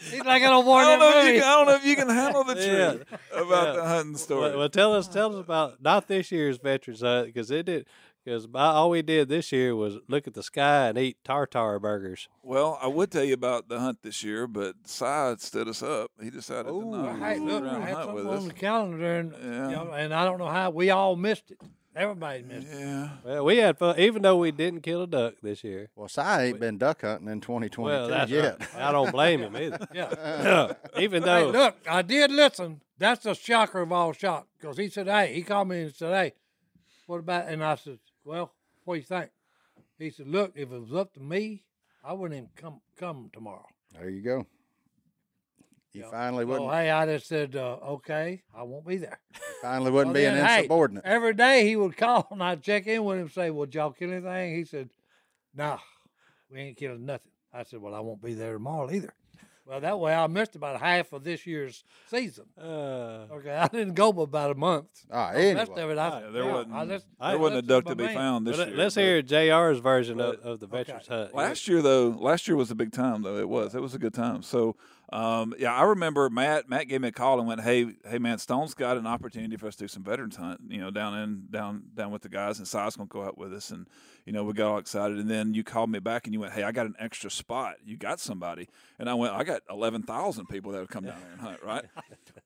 Speaker 2: He's like an old boy.
Speaker 7: I
Speaker 2: in
Speaker 7: don't, know
Speaker 2: that
Speaker 7: if you
Speaker 2: movie.
Speaker 7: can, I don't know if you can handle the
Speaker 1: Yeah.
Speaker 7: truth about
Speaker 1: Yeah.
Speaker 7: the hunting story.
Speaker 1: Well, well, tell us tell us about not this year's Veterans Hunt because it did because all we did this year was look at the sky and eat tartar burgers.
Speaker 7: Well, I would tell you about the hunt this year, but Si stood us up. He decided to not
Speaker 2: Hey,
Speaker 7: fool
Speaker 2: look,
Speaker 7: around
Speaker 2: I
Speaker 7: and
Speaker 2: had
Speaker 7: hunt with
Speaker 2: something
Speaker 7: us.
Speaker 2: on the calendar, and
Speaker 7: Yeah.
Speaker 2: y'all- and I don't know how we all missed it. Everybody missed it.
Speaker 7: Yeah.
Speaker 1: Well, we had fun even though we didn't kill a duck this year.
Speaker 4: Well, Si ain't been duck hunting in 2022
Speaker 1: Well, that's
Speaker 4: yet.
Speaker 1: *laughs* right. I don't blame him
Speaker 7: *laughs*
Speaker 1: either.
Speaker 2: Yeah.
Speaker 1: *coughs* even
Speaker 2: Hey,
Speaker 1: though
Speaker 2: look, I did listen. That's the shocker of all shock. Because he said, "Hey," he called me and said, "Hey, what about?" And I said, "Well, what do you think?" He said, "Look, if it was up to me, I wouldn't even come come tomorrow."
Speaker 4: There you go. You
Speaker 2: Yeah.
Speaker 4: finally
Speaker 2: So
Speaker 4: wouldn't.
Speaker 2: hey, I just said, uh, "Okay, I won't be there."
Speaker 4: Finally wouldn't
Speaker 2: Well,
Speaker 4: be an
Speaker 2: then, hey,
Speaker 4: insubordinate.
Speaker 2: every day he would call and I'd check in with him and say, Well, did y'all kill anything? He said, Nah, we ain't killing nothing. I said, Well, I won't be there tomorrow either. Well, that way I missed about half of this year's season.
Speaker 1: uh,
Speaker 2: Okay, I didn't go but about a month.
Speaker 4: Ah,
Speaker 2: The rest
Speaker 4: anyway.
Speaker 2: of it, I,
Speaker 7: Yeah, there wasn't,
Speaker 2: I just,
Speaker 7: there wasn't a duck to be found this
Speaker 1: but
Speaker 7: year.
Speaker 1: let's
Speaker 7: but
Speaker 1: hear Jr's version of, of the
Speaker 2: okay.
Speaker 1: Veterans Hunt.
Speaker 7: Last year though, last year was a big time though. It was. It was a good time. So, um, yeah, I remember Matt. Matt gave me a call and went, "Hey, hey, man, Stone's got an opportunity for us to do some veterans hunt. You know, down in down down with the guys, and Si's gonna go out with us." And you know, we got all excited. And then you called me back and you went, "Hey, I got an extra spot. You got somebody?" And I went, "I got eleven thousand people that would come down there and
Speaker 1: *laughs*
Speaker 7: hunt, right?"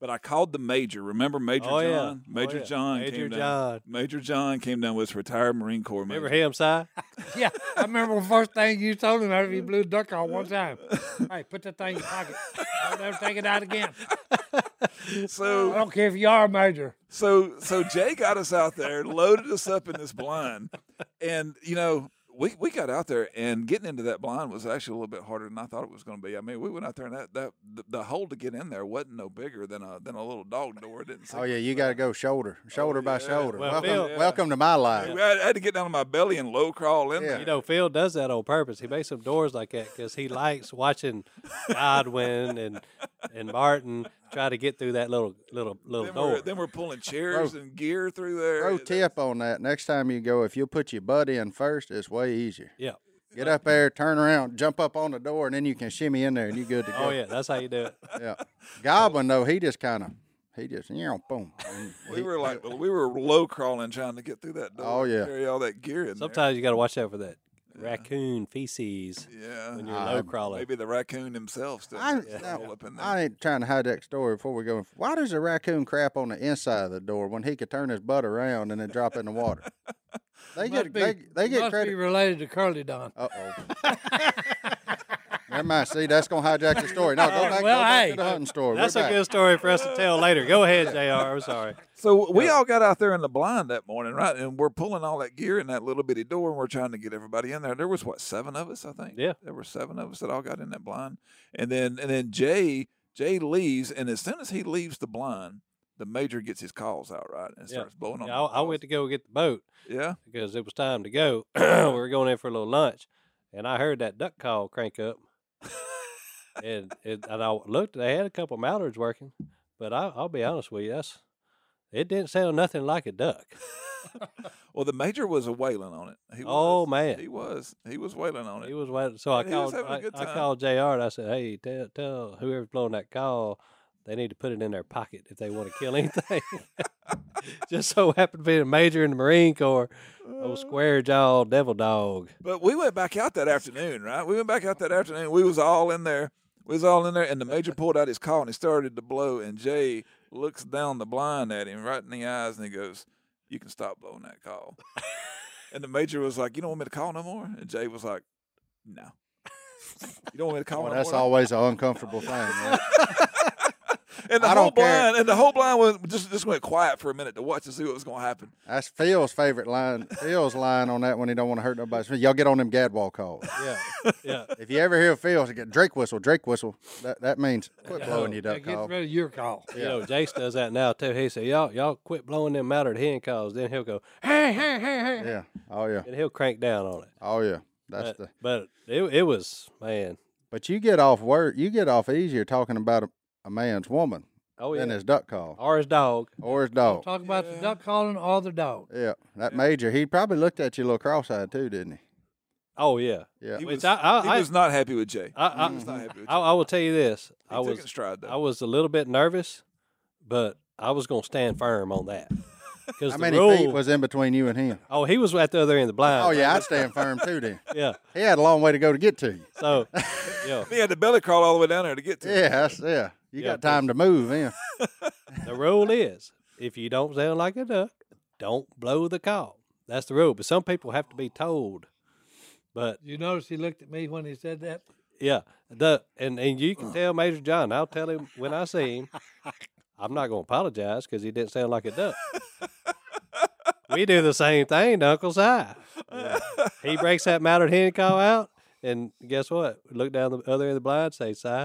Speaker 7: But I called the major. Remember Major
Speaker 1: Oh, yeah.
Speaker 7: John?
Speaker 1: Oh,
Speaker 7: Major
Speaker 1: yeah.
Speaker 7: John
Speaker 1: Major
Speaker 7: came down.
Speaker 1: John.
Speaker 7: Major John came down with his retired Marine Corps. Major.
Speaker 1: remember him, Si?
Speaker 2: yeah, I remember the first thing you told him after he blew a duck on one time. hey, put that thing in your pocket. Don't ever take it out again.
Speaker 7: So
Speaker 2: I don't care if you are a major.
Speaker 7: So so Jay got us out there, loaded us up in this blind, and you know we, we got out there and getting into that blind was actually a little bit harder than I thought it was going to be. I mean, we went out there and that, that the, the hole to get in there wasn't no bigger than a than a little dog door. It didn't seem
Speaker 4: Oh yeah, you got to go shoulder, shoulder by shoulder.
Speaker 1: Oh, Well,
Speaker 4: welcome,
Speaker 1: Phil-
Speaker 4: welcome to my life.
Speaker 7: I had- I had to get down on my belly and low crawl in
Speaker 4: Yeah.
Speaker 7: there.
Speaker 1: You know, Phil does that on purpose. He makes some doors like that because he likes watching Godwin and and Martin try to get through that little little little
Speaker 7: then,
Speaker 1: door.
Speaker 7: we're, then
Speaker 4: *laughs*
Speaker 7: we're pulling chairs and gear through there. uh,
Speaker 4: Pro tip on that: next time you go, if you put your butt in first, it's way easier.
Speaker 1: yeah.
Speaker 4: Get up there, turn around, jump up on the door, and then you can shimmy in there, and you're good to go.
Speaker 1: Oh yeah, that's how you do it.
Speaker 4: yeah. Goblin though, he just kind of, he just, you know, boom. And
Speaker 7: *laughs* We
Speaker 4: he-
Speaker 7: were like we were low crawling trying to get through that door.
Speaker 4: Oh,
Speaker 7: and
Speaker 4: yeah.
Speaker 7: carry all that gear in.
Speaker 1: Sometimes you got to watch out for that raccoon feces
Speaker 7: there. yeah,
Speaker 1: when you're
Speaker 4: Ah,
Speaker 1: low crawling.
Speaker 7: maybe the raccoon himself still
Speaker 4: I,
Speaker 7: gets
Speaker 4: now,
Speaker 7: all up in there.
Speaker 4: I ain't trying to hijack story before we go. Why does a raccoon crap on the inside of the door when he could turn his butt around and then drop in
Speaker 2: *laughs*
Speaker 4: the water? They
Speaker 2: Must
Speaker 4: get
Speaker 2: be-
Speaker 4: they, they get
Speaker 2: must be
Speaker 4: credit.
Speaker 2: related to Curly Don.
Speaker 4: Uh oh.
Speaker 2: *laughs*
Speaker 4: Never mind. See, that's gonna hijack the story. No, go back,
Speaker 2: Oh, well,
Speaker 4: go back
Speaker 2: hey,
Speaker 4: to the hunting story. We're
Speaker 1: that's a
Speaker 4: back.
Speaker 1: good story for us to tell later. Go ahead, Jr. I'm sorry.
Speaker 7: So we all got out there in the blind that morning, right? And we're pulling all that gear in that little bitty door, and we're trying to get everybody in there. There was what seven of us, I think.
Speaker 1: Yeah.
Speaker 7: there were seven of us that all got in that blind, and then and then Jay Jay leaves, and as soon as he leaves the blind, the major gets his calls out, right, and
Speaker 1: Yeah.
Speaker 7: starts blowing on.
Speaker 1: Yeah, I, I went to go get the boat
Speaker 7: Yeah,
Speaker 1: because it was time to go. *clears throat* we were going in for a little lunch, and I heard that duck call crank up, and it, and I looked. They had a couple mallards working, but I, I'll be honest with you, that's, it didn't sound nothing like a duck.
Speaker 7: well, the major was a wailing on *laughs* it. He
Speaker 1: Oh,
Speaker 7: was.
Speaker 1: man.
Speaker 7: he was he was wailing on
Speaker 1: He
Speaker 7: it.
Speaker 1: was waiting, so I
Speaker 7: He was
Speaker 1: called.
Speaker 7: having a
Speaker 1: I,
Speaker 7: good
Speaker 1: I
Speaker 7: time.
Speaker 1: called Jr. and I said, "Hey, tell, tell whoever's blowing that call, they need to put it in their pocket if they want to kill anything." *laughs* Just so happened to be a major in the Marine Corps,
Speaker 7: Uh.
Speaker 1: old square jaw devil dog.
Speaker 7: But we went back out that afternoon, right? We went back out that afternoon. We was all in there. We was all in there, and the major pulled out his call and he started to blow. And Jay looks down the blind at him right in the eyes, and he goes, "You can stop blowing
Speaker 1: *laughs*
Speaker 7: that call." and the major was like, "You don't want me to call no more?" And Jay was like, "No." You don't want me to call
Speaker 4: Well,
Speaker 7: no
Speaker 4: that's
Speaker 7: more?
Speaker 4: always an uncomfortable thing. right?
Speaker 7: and the
Speaker 4: I
Speaker 7: whole
Speaker 4: don't care.
Speaker 7: blind and the whole blind went, just just went quiet for a minute to watch to see what was going to happen.
Speaker 4: That's Phil's favorite line. Phil's line on that when he don't want to hurt nobody's feelings. Y'all get on them gadwall calls.
Speaker 1: Yeah, yeah.
Speaker 4: If you ever hear Phil, say, get Drake whistle, Drake whistle. That that means quit blowing your
Speaker 2: That
Speaker 4: duck
Speaker 2: gets
Speaker 4: call.
Speaker 2: rid of your call.
Speaker 1: You know, Jace does that now too. He say, "Y'all, y'all quit blowing them out at hen calls." Then he'll go, "Hey, hey, hey, hey,"
Speaker 4: Yeah. Oh yeah.
Speaker 1: and he'll crank down on it.
Speaker 4: Oh yeah.
Speaker 1: but
Speaker 4: That's the.
Speaker 1: but it, it was man.
Speaker 4: But you get off work. You get off easier talking about a, a man's woman
Speaker 1: Oh yeah, Oh,
Speaker 4: than his duck call
Speaker 1: or his dog.
Speaker 4: or his dog.
Speaker 2: Talk about the duck calling or the dog.
Speaker 4: Yeah. That major. He probably looked at you a little cross-eyed too, didn't
Speaker 1: Oh yeah.
Speaker 4: he? Yeah.
Speaker 7: He
Speaker 1: Which
Speaker 7: was,
Speaker 1: I- I-
Speaker 7: he
Speaker 1: I-
Speaker 7: was not happy with Jay.
Speaker 1: I
Speaker 7: he was not
Speaker 1: I,
Speaker 7: happy with Jay.
Speaker 1: I, I will tell you this.
Speaker 7: he
Speaker 1: I
Speaker 7: took
Speaker 1: was
Speaker 7: it in stride though.
Speaker 1: I was a little bit nervous, but I was gonna stand firm on
Speaker 4: *laughs*
Speaker 1: that because the
Speaker 4: How many feet
Speaker 1: rule.
Speaker 4: was in between you and
Speaker 1: *laughs*
Speaker 4: him?
Speaker 1: oh, he was at the other end of the blind.
Speaker 4: Oh yeah, I'd stand firm too. Then
Speaker 1: yeah.
Speaker 4: he had a long way to go to get
Speaker 1: *laughs*
Speaker 4: to you.
Speaker 1: So yeah,
Speaker 7: he had to belly crawl all the way down there to get to. it.
Speaker 4: Yeah. That's, yeah. You
Speaker 1: Yeah,
Speaker 4: got time to move in.
Speaker 1: the rule is if you don't sound like a duck, don't blow the call. That's the rule. But some people have to be told. But
Speaker 2: You notice he looked at me when he said that?
Speaker 1: yeah, the and and you can tell Major John. I'll tell him when I see him. I'm not gonna apologize because he didn't sound like a duck. we do the same thing to Uncle Si. He breaks that mattered hen call out, and guess what? We look down the other end of the blind, say, Si,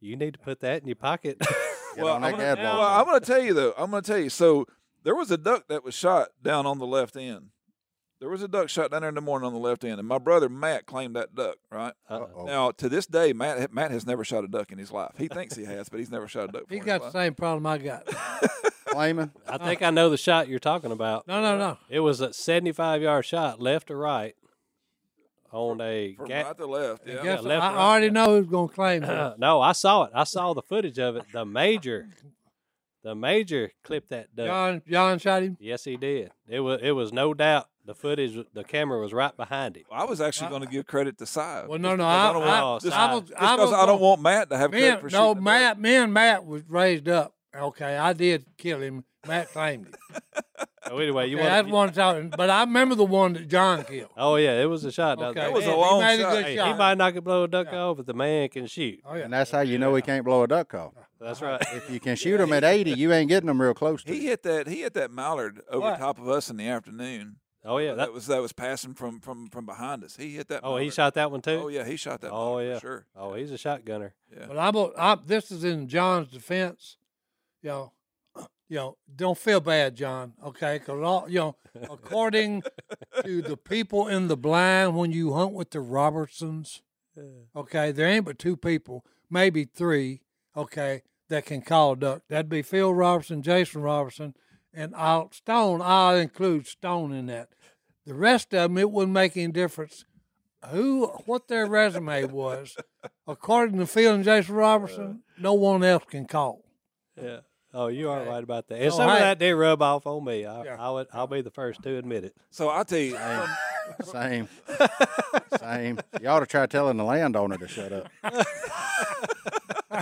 Speaker 1: you need to put that in your pocket. *laughs*
Speaker 4: Get on that
Speaker 7: I'm gonna,
Speaker 4: gadwall
Speaker 7: well,
Speaker 4: call.
Speaker 7: I'm gonna tell you though. I'm gonna tell you. So there was a duck that was shot down on the left end. There was a duck shot down there in the morning on the left end, and my brother Matt claimed that duck. Right
Speaker 4: Uh-oh.
Speaker 7: now, to this day, Matt Matt has never shot a duck in his life. He thinks he has, but he's never shot a duck.
Speaker 2: He
Speaker 7: before in his
Speaker 2: got the
Speaker 7: life.
Speaker 2: same problem I got.
Speaker 4: Claiming.
Speaker 1: I think I know the shot you're talking about.
Speaker 2: No, no, no.
Speaker 1: It was a 75 yard shot, left to right, on a
Speaker 7: from
Speaker 1: ga-
Speaker 7: right to left. Yeah.
Speaker 2: Guess
Speaker 1: left,
Speaker 2: I
Speaker 1: right,
Speaker 2: already know who's going to claim
Speaker 7: *laughs*
Speaker 2: it.
Speaker 1: no, I saw it. I saw the footage of it. The major, the major clipped that duck.
Speaker 2: John, John shot him.
Speaker 1: Yes, he did. It was. It was no doubt. The footage, the camera was right behind him.
Speaker 7: I was actually going to give credit to Sy.
Speaker 2: Well, no, no.
Speaker 1: I
Speaker 2: I,
Speaker 1: don't want-
Speaker 2: I, I was,
Speaker 1: just
Speaker 7: because I,
Speaker 2: was
Speaker 7: don't
Speaker 2: gonna-
Speaker 7: want Matt to have
Speaker 2: Me
Speaker 7: credit
Speaker 2: and-
Speaker 7: for
Speaker 2: no,
Speaker 7: shooting the duck.
Speaker 2: Oh, Matt, me and Matt was raised up. Okay, I did kill him. Matt claimed it.
Speaker 1: So anyway, you
Speaker 2: Okay,
Speaker 1: want?
Speaker 2: that's
Speaker 1: you-
Speaker 2: one time. But I remember the one that John killed.
Speaker 1: Oh yeah, it was a shot. down
Speaker 2: Okay,
Speaker 1: there.
Speaker 7: That was a
Speaker 2: he
Speaker 7: long
Speaker 2: made
Speaker 7: shot.
Speaker 2: good
Speaker 1: Hey,
Speaker 2: shot.
Speaker 1: he might not could blow a duck off, but the man can shoot.
Speaker 2: oh yeah.
Speaker 4: And that's how you know he can't blow a duck call.
Speaker 1: That's right.
Speaker 7: *laughs*
Speaker 4: If you can shoot him at 80, you ain't getting them real close to.
Speaker 7: He
Speaker 4: you.
Speaker 7: hit that. He hit that mallard over
Speaker 2: What?
Speaker 7: top of us in the afternoon.
Speaker 1: Oh yeah.
Speaker 7: that,
Speaker 1: That,
Speaker 7: was that was passing from from from behind us. He hit that.
Speaker 1: oh, he
Speaker 7: mallard.
Speaker 1: shot that one too.
Speaker 7: Oh yeah, he shot that.
Speaker 1: Oh
Speaker 7: mallard for
Speaker 1: yeah.
Speaker 7: sure.
Speaker 1: Oh, he's a shotgunner.
Speaker 2: But I'm, a- I, this is in John's defense. You know, *clears throat* you know, don't feel bad, John. Okay, because all you know, according to the people in the blind, when you hunt with the Robertsons, okay, there ain't but two people, maybe three, okay, that can call duck. That'd be Phil Robertson, Jason Robertson, and I'll Stone. I'll include Stone in that. The rest of them, it wouldn't make any difference who what their resume was. According to Phil and Jason Robertson, no one else can call.
Speaker 1: Yeah. Oh, you are right about that. And
Speaker 2: So,
Speaker 1: some
Speaker 2: hey-
Speaker 1: of that did rub off on me. I,
Speaker 2: Yeah.
Speaker 1: I would, I'll be the first to admit it.
Speaker 7: So I tell you, *laughs*
Speaker 4: Same. Same. You ought to try telling the landowner to shut up.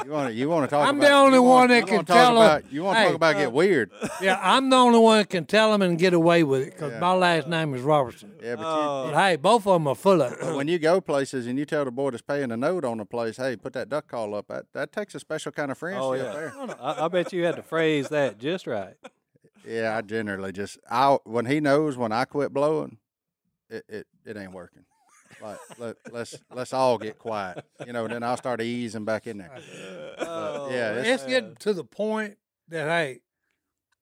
Speaker 4: You want to you want to talk
Speaker 2: I'm
Speaker 4: about
Speaker 2: the only
Speaker 4: you wanna-
Speaker 2: one that
Speaker 4: you wanna
Speaker 2: can tell
Speaker 4: talk
Speaker 2: 'em,
Speaker 4: about, you want to
Speaker 2: "Hey,
Speaker 4: talk about get weird.
Speaker 2: Yeah, I'm the only one that can tell them and get away with it because my last name is Robertson.
Speaker 4: Yeah, but
Speaker 7: Oh.
Speaker 2: But hey, both of them are full of
Speaker 4: you,
Speaker 2: it.
Speaker 4: Uh. when you go places and you tell the boy that's paying a note on the place, hey, put that duck call up. That that takes a special kind of friendship
Speaker 1: Oh yeah.
Speaker 4: there.
Speaker 1: I, I bet you had to phrase that just right.
Speaker 4: Yeah, I generally just I when he knows when I quit blowing, it it, it ain't working. Like let let's let's all get quiet, you know. Then I'll start easing back
Speaker 1: *laughs*
Speaker 4: in there.
Speaker 1: Oh,
Speaker 4: But, yeah, it's,
Speaker 2: It's getting to the point that hey,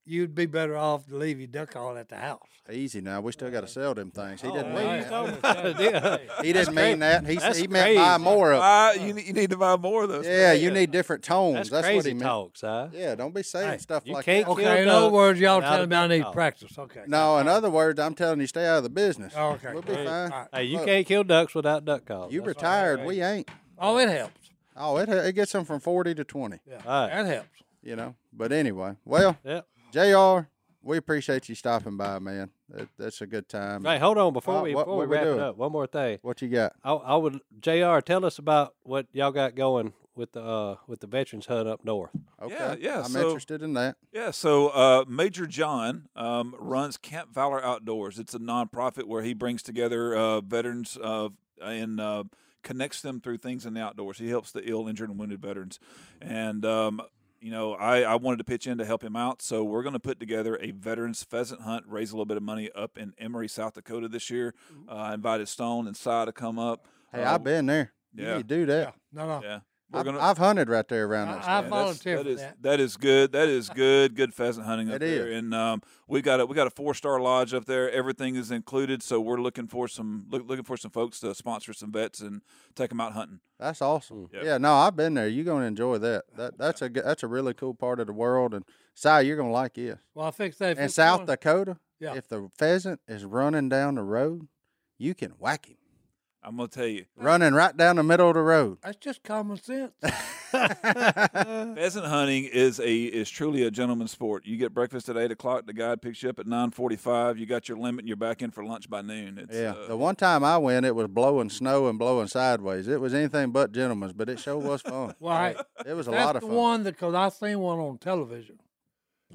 Speaker 2: you'd be better off to leave your duck all at the house.
Speaker 4: easy now. We still got to sell them things. He didn't
Speaker 1: what
Speaker 4: mean
Speaker 1: are you *laughs*
Speaker 4: that.
Speaker 1: talking about? Yeah.
Speaker 4: He didn't mean that. He s-
Speaker 1: That's
Speaker 4: he meant buy
Speaker 1: crazy.
Speaker 4: more of. 'em.
Speaker 7: buy, you ne- you need to buy more of those.
Speaker 4: Yeah, you need different tones.
Speaker 1: That's,
Speaker 4: That's, what he
Speaker 1: crazy
Speaker 4: meant.
Speaker 1: talk, huh?
Speaker 4: Yeah, don't be saying stuff
Speaker 1: you
Speaker 4: like
Speaker 1: can't
Speaker 4: that.
Speaker 1: Kill
Speaker 2: Okay, in other
Speaker 1: duck
Speaker 2: words, y'all
Speaker 1: without a
Speaker 2: telling me I
Speaker 1: duck
Speaker 2: need
Speaker 1: call.
Speaker 2: practice. Okay.
Speaker 4: No, in other words, I'm telling you, stay out of the business.
Speaker 2: Okay.
Speaker 4: we'll be
Speaker 2: Hey,
Speaker 4: fine.
Speaker 2: all right.
Speaker 1: Hey, you
Speaker 4: Look,
Speaker 1: can't kill ducks without duck calls.
Speaker 4: You
Speaker 1: That's
Speaker 4: retired. We ain't.
Speaker 2: Oh, it helps.
Speaker 4: Oh, it it gets them from forty to twenty.
Speaker 2: Yeah,
Speaker 1: All right.
Speaker 2: that helps.
Speaker 4: You know. But anyway, well,
Speaker 1: right. Yep.
Speaker 4: Jr. We appreciate you stopping by, man. That, that's a good time.
Speaker 1: Hey, hold on before
Speaker 4: Uh,
Speaker 1: we
Speaker 4: what-
Speaker 1: before
Speaker 4: what
Speaker 1: we
Speaker 4: we
Speaker 1: wrap it
Speaker 4: doing?
Speaker 1: up. One more thing.
Speaker 4: What you got?
Speaker 1: I, I would Jr. Tell us about what y'all got going with the uh, with the veterans hut up north.
Speaker 4: Okay.
Speaker 7: Yeah, yeah,
Speaker 4: I'm
Speaker 7: so-
Speaker 4: interested in that.
Speaker 7: Yeah, so uh, Major John um, runs Camp Valor Outdoors. It's a nonprofit where he brings together uh, veterans uh, and uh, connects them through things in the outdoors. He helps the ill, injured, and wounded veterans. And um, you know, I, I wanted to pitch in to help him out. So we're going to put together a veterans pheasant hunt, raise a little bit of money up in Emory, South Dakota this year. Uh, I invited Stone and Si to come up.
Speaker 4: Hey,
Speaker 7: Uh,
Speaker 4: I've been there.
Speaker 7: yeah.
Speaker 4: You need to do that.
Speaker 2: No, no.
Speaker 7: Yeah. We're
Speaker 4: I've,
Speaker 7: gonna-
Speaker 4: I've hunted right there around
Speaker 2: I,
Speaker 4: that.
Speaker 2: I
Speaker 7: Yeah, that's-
Speaker 2: volunteer
Speaker 7: that
Speaker 2: for
Speaker 7: is-
Speaker 2: that.
Speaker 7: That is good.
Speaker 2: *laughs*
Speaker 7: That is good. Good pheasant hunting up
Speaker 4: It
Speaker 7: there.
Speaker 4: is.
Speaker 7: And um, we got a we got a four star lodge up there. Everything is included. So we're looking for some look, looking for some folks to sponsor some vets and take them out hunting.
Speaker 4: That's awesome.
Speaker 7: Yep.
Speaker 4: Yeah, no, I've been there. You're gonna enjoy that. That that's a good- that's a really cool part of the world. And Si, you're gonna like it.
Speaker 2: Well, I think they.
Speaker 4: In South Dakota,
Speaker 2: Yeah.
Speaker 4: if the pheasant is running down the road, you can whack him.
Speaker 7: I'm gonna tell you,
Speaker 4: Running right down the middle of the road. *laughs*
Speaker 2: That's just common sense.
Speaker 7: pheasant hunting is a is truly a gentleman's sport. You get breakfast at eight o'clock. The guide picks you up at nine forty five. You got your limit. and You're back in for lunch by noon. It's,
Speaker 4: Yeah.
Speaker 7: uh,
Speaker 4: The one time I went, it was blowing snow and blowing sideways. It was anything but gentlemen's, but it sure was fun.
Speaker 2: Well, hey,
Speaker 4: It was a
Speaker 2: that's
Speaker 4: lot of
Speaker 2: the
Speaker 4: fun.
Speaker 2: one that because I seen one on television.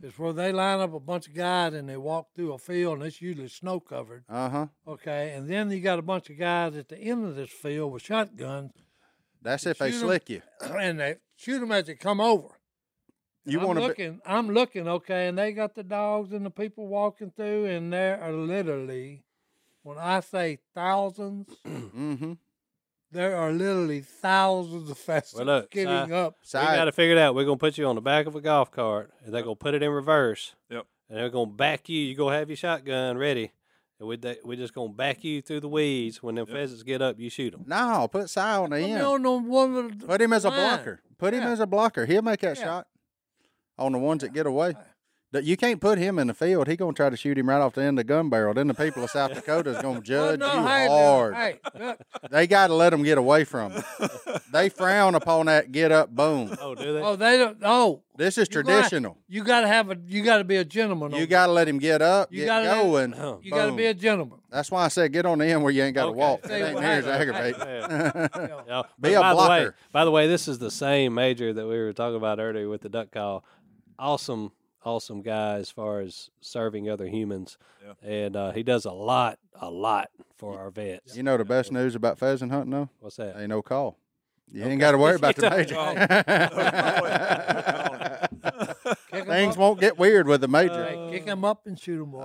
Speaker 2: It's where they line up a bunch of guys and they walk through a field and it's usually snow covered.
Speaker 4: Uh huh.
Speaker 2: Okay, and then you got a bunch of guys at the end of this field with shotguns *clears throat*
Speaker 4: That's if they
Speaker 2: shoot 'em.
Speaker 4: slick you.
Speaker 2: and they shoot them as they come over.
Speaker 4: You
Speaker 2: I'm
Speaker 4: want to
Speaker 2: looking. I'm looking. Okay, and they got the dogs and the people walking through, and there are literally, when I say thousands,
Speaker 4: Mm-hmm.
Speaker 2: there are literally thousands of *laughs* pheasants
Speaker 1: Well, look,
Speaker 2: getting
Speaker 1: Si.
Speaker 2: up.
Speaker 4: Si,
Speaker 1: we got to figure it out. We're gonna put you on the back of a golf cart, and they're gonna put it in reverse.
Speaker 7: Yep.
Speaker 1: And they're gonna back you. You gonna have your shotgun ready, and we they, we're just gonna back you through the weeds. When them pheasants get up, you shoot
Speaker 4: *laughs*
Speaker 1: them.
Speaker 4: no, put Si on the
Speaker 2: Put me
Speaker 4: end.
Speaker 2: on the one of the-
Speaker 4: Put him as a
Speaker 2: line.
Speaker 4: blocker. Put him
Speaker 2: Yeah.
Speaker 4: as a blocker. He'll make that
Speaker 2: Yeah.
Speaker 4: shot on the ones that get away. That- You can't put him in the field. He gonna try to shoot him right off the end of the gun barrel. Then the people
Speaker 2: *laughs*
Speaker 4: of South Dakota is gonna
Speaker 2: Well,
Speaker 4: judge
Speaker 2: no,
Speaker 4: you
Speaker 2: hey, now,
Speaker 4: hard.
Speaker 2: Hey, look,
Speaker 4: They gotta let him get away
Speaker 2: *laughs*
Speaker 4: from him. they frown upon that get up boom.
Speaker 1: Oh, do they?
Speaker 2: oh, they don't. Oh,
Speaker 4: This is
Speaker 2: you gotta-
Speaker 4: traditional.
Speaker 2: You got to have a. You got to be a gentleman.
Speaker 4: You
Speaker 2: on-
Speaker 4: gotta let him get up,
Speaker 2: You
Speaker 4: get
Speaker 2: gotta let-
Speaker 4: going.
Speaker 2: *clears throat* You got to be a
Speaker 4: boom.
Speaker 2: gentleman.
Speaker 4: That's why I said get on the end where you ain't gotta
Speaker 1: Okay.
Speaker 4: walk. It
Speaker 2: Say,
Speaker 4: ain't
Speaker 2: well,
Speaker 4: near as
Speaker 2: hey, hey,
Speaker 4: aggravating.
Speaker 2: Yeah.
Speaker 1: Yeah.
Speaker 4: Be
Speaker 1: but
Speaker 4: a
Speaker 1: by The way,
Speaker 4: blocker.
Speaker 1: by the way, this is the same major that we were talking about earlier with the duck call. Awesome, awesome guy as far as serving other humans, and uh, he does a lot, a lot for our vets.
Speaker 4: *laughs* you know the best news about pheasant hunting though?
Speaker 1: What's that?
Speaker 4: Ain't no call. You ain't got to
Speaker 2: *laughs*
Speaker 4: worry about the major. *laughs*
Speaker 2: Kick 'em
Speaker 4: Things
Speaker 2: up.
Speaker 4: won't get weird with the major.
Speaker 2: Hey, kick him up and shoot him.
Speaker 4: Oh,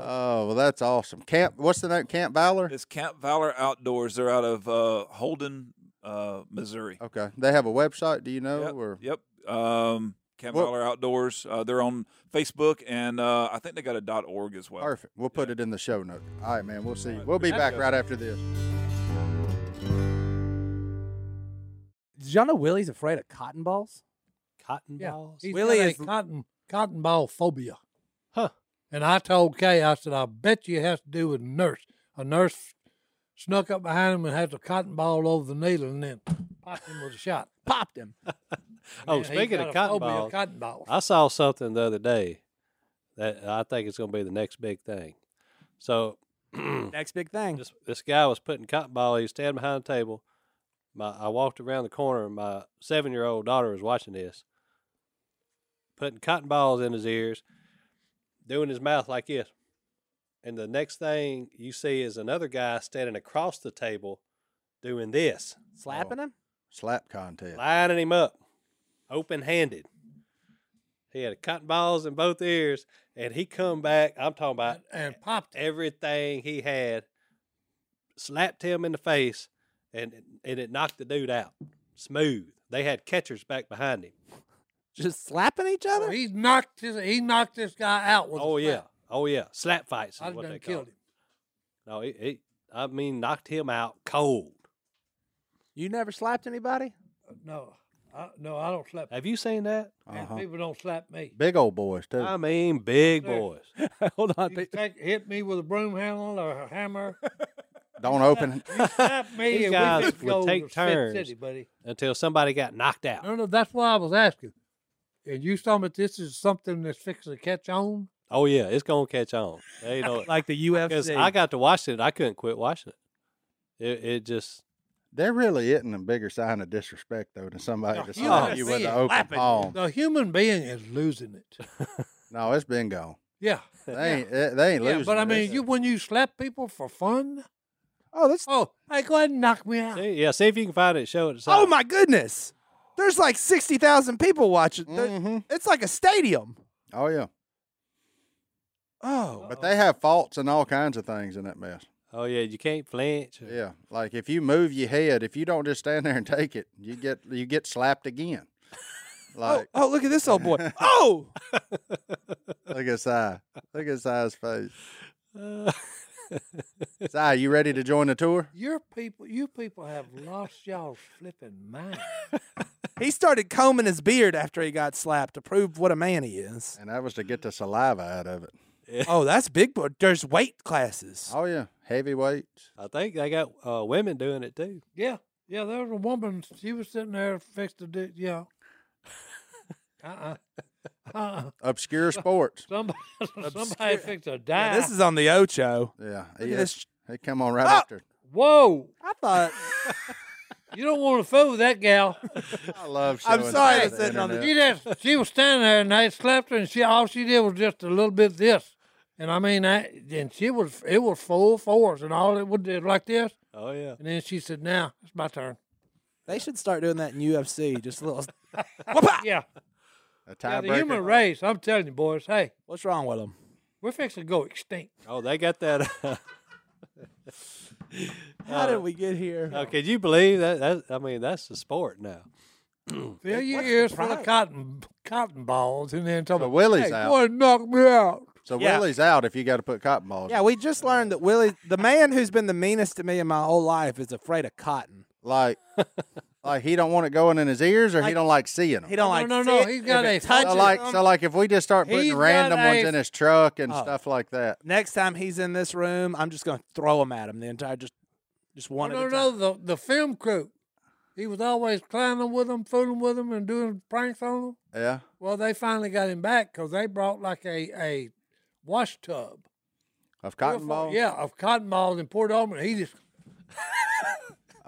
Speaker 4: well, that's awesome. Camp, what's the name? Camp Valor?
Speaker 7: *laughs*
Speaker 4: *laughs*
Speaker 7: it's Camp Valor Outdoors. They're out of uh, Holden, uh, Missouri.
Speaker 4: Okay. They have a website, do you know?
Speaker 7: Yep.
Speaker 4: Or
Speaker 7: yep. Um, Camp
Speaker 4: Well-
Speaker 7: Dollar Outdoors. Uh, they're on Facebook, and uh, I think they got a dot .org as well.
Speaker 4: Perfect. We'll put it in the show note. All right, man. We'll see. you. We'll be back right after this.
Speaker 6: Did y'all know Willie's afraid of cotton balls?
Speaker 1: Cotton
Speaker 2: Yeah,
Speaker 1: balls.
Speaker 2: He's
Speaker 6: Willie
Speaker 2: got a
Speaker 6: is-
Speaker 2: cotton cotton ball phobia.
Speaker 1: Huh.
Speaker 2: And I told Kay, I said, I bet you it has to do with a nurse. A nurse snuck up behind him and had the cotton ball over the needle and then popped him with a shot.
Speaker 6: Popped him.
Speaker 1: Oh,
Speaker 2: Man, he's
Speaker 1: speaking
Speaker 2: got
Speaker 1: of
Speaker 2: a
Speaker 1: cotton
Speaker 2: phobia of
Speaker 1: balls,
Speaker 2: cotton balls.
Speaker 1: I saw something the other day that I think is going to be the next big thing. So *clears throat*
Speaker 6: Next big thing.
Speaker 1: this this guy was putting cotton ball. He was standing behind the table. My I walked around the corner. and My seven year old daughter was watching this, putting cotton balls in his ears, doing his mouth like this. And the next thing you see is another guy standing across the table, doing this,
Speaker 6: Slapping him?
Speaker 4: Slap contest.
Speaker 1: lining him up, open handed. He had cotton balls in both ears, and he come back. I'm talking about
Speaker 2: and, and popped him.
Speaker 1: everything he had, slapped him in the face, and and it knocked the dude out. Smooth. They had catchers back behind him.
Speaker 6: Just slapping each
Speaker 2: So
Speaker 6: other?
Speaker 2: he knocked his he knocked this guy out with a
Speaker 1: oh yeah,
Speaker 2: slap.
Speaker 1: oh yeah, slap fights is
Speaker 2: I'd
Speaker 1: what
Speaker 2: have
Speaker 1: they
Speaker 2: done
Speaker 1: called
Speaker 2: killed
Speaker 1: it.
Speaker 2: him.
Speaker 1: No, it, it, I mean knocked him out cold.
Speaker 6: You never slapped anybody?
Speaker 2: No. I, no, I don't slap
Speaker 1: Have you seen that?
Speaker 2: man,
Speaker 4: Uh-huh.
Speaker 2: people don't slap me.
Speaker 4: Big old boys, too.
Speaker 1: I mean, big
Speaker 2: There.
Speaker 1: boys.
Speaker 2: *laughs*
Speaker 6: Hold on.
Speaker 2: You take, hit me with a broom handle or a hammer.
Speaker 1: *laughs*
Speaker 4: Don't open.
Speaker 2: slap me
Speaker 1: These
Speaker 2: and
Speaker 1: guys
Speaker 2: we just
Speaker 1: would
Speaker 2: go
Speaker 1: take
Speaker 2: to Fifth
Speaker 1: turns.
Speaker 2: City, buddy.
Speaker 1: Until somebody got knocked out.
Speaker 2: No, no, that's why I was asking. And you told me this is something that's fixing to catch on.
Speaker 1: Oh yeah, it's gonna catch on.
Speaker 2: *laughs*
Speaker 1: They know it.
Speaker 6: Like the
Speaker 1: Because
Speaker 6: UFC.
Speaker 1: I got to watch it, I couldn't quit watching it. It, it just
Speaker 4: there really isn't a bigger sign of disrespect, though, than somebody
Speaker 2: No,
Speaker 4: to
Speaker 2: Oh, you
Speaker 4: slap
Speaker 1: don't
Speaker 4: you
Speaker 2: see
Speaker 4: with
Speaker 2: it
Speaker 4: an open
Speaker 6: slapping you.
Speaker 4: palm.
Speaker 2: The human being is
Speaker 1: *laughs*
Speaker 2: losing it.
Speaker 4: No, it's been gone.
Speaker 2: Yeah,
Speaker 4: They ain't, eh, they ain't
Speaker 2: yeah.
Speaker 4: losing.
Speaker 2: But I
Speaker 4: it.
Speaker 2: mean, you when you slap people for fun.
Speaker 6: oh, this.
Speaker 2: Oh, hey, go ahead and knock me out.
Speaker 1: eh, see, yeah. See if you can find it. Show it.
Speaker 6: Oh, my goodness. There's like sixty thousand people watching. There-
Speaker 4: Mhm.
Speaker 6: It's like a stadium.
Speaker 4: Oh yeah,
Speaker 6: Oh,
Speaker 4: but they have faults and all kinds of things in that mess.
Speaker 1: Oh yeah, you can't flinch.
Speaker 4: Yeah, like if you move your head, if you don't just stand there and take it, you get you get slapped again.
Speaker 6: oh,
Speaker 4: Like
Speaker 6: oh, look at this old boy.
Speaker 4: *laughs*
Speaker 6: Oh,
Speaker 4: look at Si, look at
Speaker 2: *laughs*
Speaker 4: Si's face. Si, you ready to join the tour?
Speaker 2: Your people, you people have lost y'all's flipping mind.
Speaker 6: he started combing his beard after he got slapped to prove what a man he is.
Speaker 4: And that was to get the saliva out of it.
Speaker 6: Oh, that's big. boy. There's weight classes.
Speaker 4: Oh yeah, heavyweights.
Speaker 1: *laughs* I think they got uh, women doing it too.
Speaker 2: yeah, yeah. There was a woman. She was sitting there fixed to do.
Speaker 6: *laughs*
Speaker 2: Yeah. Uh uh-uh. uh.
Speaker 4: obscure sports.
Speaker 2: Somebody, *laughs* somebody fixed a dime.
Speaker 6: Yeah, this is on the Ocho.
Speaker 4: Yeah,
Speaker 6: Look
Speaker 4: yeah.
Speaker 6: at this.
Speaker 4: They come on right
Speaker 6: Ah!
Speaker 4: after.
Speaker 2: Whoa!
Speaker 6: I thought.
Speaker 2: You don't want to fool that gal.
Speaker 6: *laughs*
Speaker 4: I love.
Speaker 6: I'm
Speaker 4: showing
Speaker 6: sorry,
Speaker 4: Si
Speaker 6: I said on the-
Speaker 4: internet.
Speaker 2: She just she was standing there and they slapped her and she all she did was just a little bit of this. And I mean I and she was it was full force and all it would do like this.
Speaker 1: Oh yeah.
Speaker 2: And then she said, Now it's my turn.
Speaker 6: They should start doing that in UFC. Just a little.
Speaker 2: Yeah.
Speaker 4: a
Speaker 2: yeah
Speaker 4: tiebreaker.
Speaker 2: the human race, I'm telling you boys, hey,
Speaker 6: What's wrong with them?
Speaker 2: we're fixing to go extinct.
Speaker 1: Oh, they got
Speaker 3: *laughs*
Speaker 1: that. *laughs*
Speaker 6: How did we get here?
Speaker 1: oh, can you believe that? That I mean, that's the sport now.
Speaker 2: Fill your ears full of cotton cotton balls and then tell
Speaker 4: So
Speaker 2: me
Speaker 4: Willie's
Speaker 2: hey,
Speaker 4: out.
Speaker 2: boy, knock me out.
Speaker 4: So
Speaker 6: Yeah.
Speaker 4: Willie's out if you got to put cotton balls.
Speaker 6: Yeah, we just learned that Willie, the man who's been the meanest to me in my whole life, is afraid of cotton.
Speaker 4: like, like he don't want it going in his ears, or he don't like seeing them.
Speaker 6: He don't like.
Speaker 2: no,
Speaker 6: see
Speaker 2: no,
Speaker 6: it.
Speaker 2: he's
Speaker 6: If
Speaker 2: got
Speaker 6: it
Speaker 2: a
Speaker 6: touches
Speaker 4: So like,
Speaker 6: him-
Speaker 4: so like if we just start
Speaker 2: He's
Speaker 4: putting
Speaker 2: got
Speaker 4: random ones
Speaker 2: a-
Speaker 4: in his truck and
Speaker 6: Oh.
Speaker 4: stuff like that.
Speaker 6: next time he's in this room, I'm just gonna throw him at him. The entire just, just one.
Speaker 2: No,
Speaker 6: at a
Speaker 2: no,
Speaker 6: time.
Speaker 2: the, the film crew. He was always climbing with them, fooling with them, and doing pranks on them.
Speaker 4: Yeah.
Speaker 2: Well, they finally got him back because they brought like a, a wash tub.
Speaker 4: Of
Speaker 2: Three or
Speaker 4: cotton
Speaker 2: four-
Speaker 4: balls.
Speaker 2: Yeah, of cotton balls and poured it on him. He just
Speaker 4: *laughs*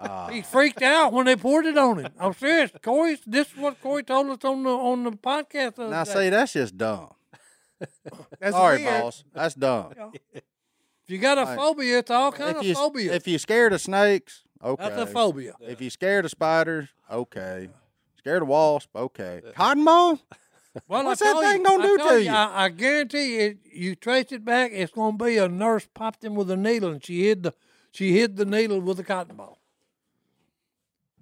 Speaker 4: Ah.
Speaker 2: he freaked out when they poured it on him. I'm serious, Corey. This is what Corey told us on the on the podcast. The other
Speaker 4: now
Speaker 2: day.
Speaker 4: see, that's just dumb.
Speaker 6: That's
Speaker 4: sorry,
Speaker 6: weird.
Speaker 4: boss. That's dumb.
Speaker 2: if you got a
Speaker 4: Right.
Speaker 2: phobia, it's all kind
Speaker 4: If
Speaker 2: of
Speaker 4: you
Speaker 2: phobia.
Speaker 4: if you scared of snakes, okay.
Speaker 2: That's a phobia.
Speaker 4: If you scared of spiders, okay. Scared of wasp, okay. Cotton balls.
Speaker 2: Well,
Speaker 4: What's
Speaker 2: I
Speaker 4: that
Speaker 2: tell
Speaker 4: thing
Speaker 2: you,
Speaker 4: gonna
Speaker 2: I
Speaker 4: do
Speaker 2: tell
Speaker 4: to
Speaker 2: you?
Speaker 4: you?
Speaker 2: I, I guarantee it. You trace it back, it's gonna be a nurse popped him with a needle, and she hid the she hid the needle with a cotton ball.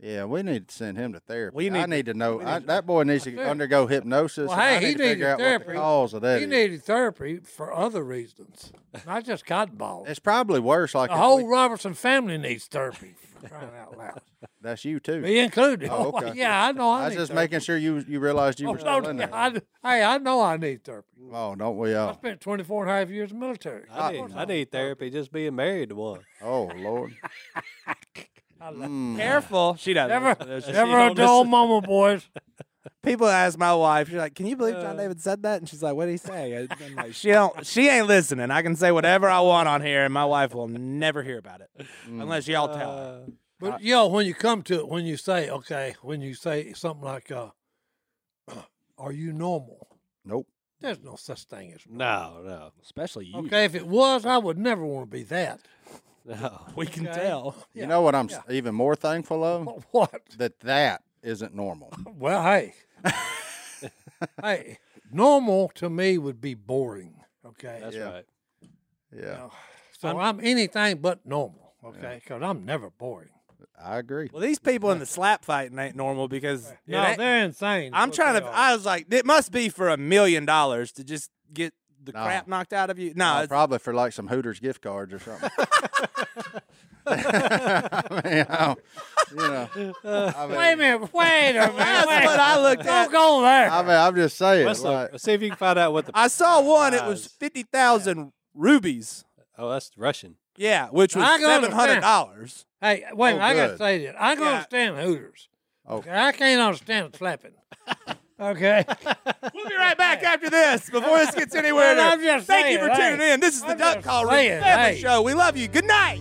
Speaker 4: Yeah, we need to send him to therapy.
Speaker 6: We
Speaker 4: I
Speaker 6: need
Speaker 4: need to know. I, that boy needs to undergo hypnosis.
Speaker 2: Well,
Speaker 4: and
Speaker 2: hey,
Speaker 4: I need
Speaker 2: he
Speaker 4: to figure
Speaker 2: needed
Speaker 4: out
Speaker 2: therapy.
Speaker 4: what the cause of *laughs* that
Speaker 2: He
Speaker 4: is.
Speaker 2: needed therapy for other reasons, not just cotton balls.
Speaker 4: It's probably worse. Like
Speaker 2: the
Speaker 4: if
Speaker 2: whole
Speaker 4: we-
Speaker 2: Robertson family needs therapy. For crying out loud,
Speaker 4: that's you too.
Speaker 2: me included. *laughs*
Speaker 4: Oh, okay.
Speaker 2: yeah, I know. I,
Speaker 4: I was
Speaker 2: need
Speaker 4: just
Speaker 2: therapy.
Speaker 4: making sure you you realized you
Speaker 2: Oh,
Speaker 4: were
Speaker 2: no,
Speaker 4: still in
Speaker 2: *laughs*
Speaker 4: there.
Speaker 2: I, hey, I know I need therapy.
Speaker 4: oh, don't we
Speaker 2: I *laughs*
Speaker 4: all?
Speaker 2: spent 24 and a half years in the military.
Speaker 1: I need, I need therapy just being married to one.
Speaker 4: Oh
Speaker 2: *laughs*
Speaker 4: Lord.
Speaker 6: Careful, she doesn't.
Speaker 2: Never,
Speaker 1: She
Speaker 2: never a
Speaker 1: don't
Speaker 2: dull
Speaker 1: listen.
Speaker 2: moment, "Oh,
Speaker 4: *laughs*
Speaker 2: boys.
Speaker 6: People ask my wife, she's like, "Can you believe John David said that?" And she's like, "What did he say?" And I'm like, she don't. She ain't listening. I can say whatever I want on here, and my wife will never hear about it
Speaker 4: Mm.
Speaker 6: unless y'all tell her.
Speaker 2: But yo, when you come to it, when you say, okay, when you say something like, uh, *clears throat* "Are you normal?"
Speaker 4: Nope.
Speaker 2: There's no such thing as.
Speaker 1: No, no,
Speaker 6: Especially you.
Speaker 2: Okay, if it was, I would never want to be that.
Speaker 1: *laughs*
Speaker 2: *laughs*
Speaker 1: no.
Speaker 6: We can
Speaker 2: Okay.
Speaker 6: tell.
Speaker 4: You know what I'm s even more
Speaker 2: *laughs*
Speaker 4: thankful of?
Speaker 2: What?
Speaker 4: That that
Speaker 2: *laughs*
Speaker 4: isn't normal.
Speaker 2: Well,
Speaker 4: *laughs*
Speaker 2: hey, hey, normal to me would be boring. Okay,
Speaker 1: That's
Speaker 4: Yeah.
Speaker 1: right.
Speaker 4: Yeah,
Speaker 2: so I'm, anything but normal. Okay, because I'm never boring.
Speaker 4: I agree.
Speaker 6: Well, these people in the slap fighting ain't normal because it
Speaker 2: No,
Speaker 6: ain't-
Speaker 2: they're insane.
Speaker 6: I'm
Speaker 2: what
Speaker 6: trying
Speaker 2: they
Speaker 6: to.
Speaker 2: are.
Speaker 6: I was like, it must be for a million dollars to just get the
Speaker 4: No.
Speaker 6: crap knocked out of you. No,
Speaker 4: Uh,
Speaker 6: it's-
Speaker 4: probably for like some Hooters gift cards
Speaker 2: *laughs*
Speaker 4: or something. *laughs* I mean, I don't-
Speaker 2: *laughs*
Speaker 4: you know, I mean,
Speaker 2: wait a minute. *laughs* Wait a minute.
Speaker 4: *laughs*
Speaker 6: that's
Speaker 2: wait.
Speaker 6: what I looked
Speaker 2: Don't
Speaker 6: at.
Speaker 2: go there.
Speaker 4: I mean, I'm just saying.
Speaker 1: Let's
Speaker 4: like,
Speaker 1: look- see if you can find out
Speaker 3: *laughs*
Speaker 1: what the.
Speaker 6: I saw one. It was
Speaker 1: Guys.
Speaker 6: fifty thousand rubies.
Speaker 1: oh, that's Russian.
Speaker 6: Yeah, which was
Speaker 2: I can
Speaker 6: seven hundred
Speaker 2: understand.
Speaker 6: dollars.
Speaker 2: Hey, wait, a
Speaker 4: Oh,
Speaker 2: minute, I got to
Speaker 4: good.
Speaker 2: say that. I can
Speaker 6: Yeah.
Speaker 2: understand Hooters.
Speaker 4: Oh.
Speaker 2: Okay, I can't understand
Speaker 4: *laughs*
Speaker 2: slapping. okay.
Speaker 6: We'll be right back after this. Before this gets anywhere,
Speaker 2: Well, *laughs* I'm just
Speaker 6: thank you
Speaker 2: saying,
Speaker 6: for
Speaker 2: hey.
Speaker 6: tuning in. This is the
Speaker 2: I'm
Speaker 6: Duck
Speaker 2: just
Speaker 6: Call Room
Speaker 2: saying,
Speaker 6: Family
Speaker 2: hey.
Speaker 6: Show. "Oh, We love you. Good night.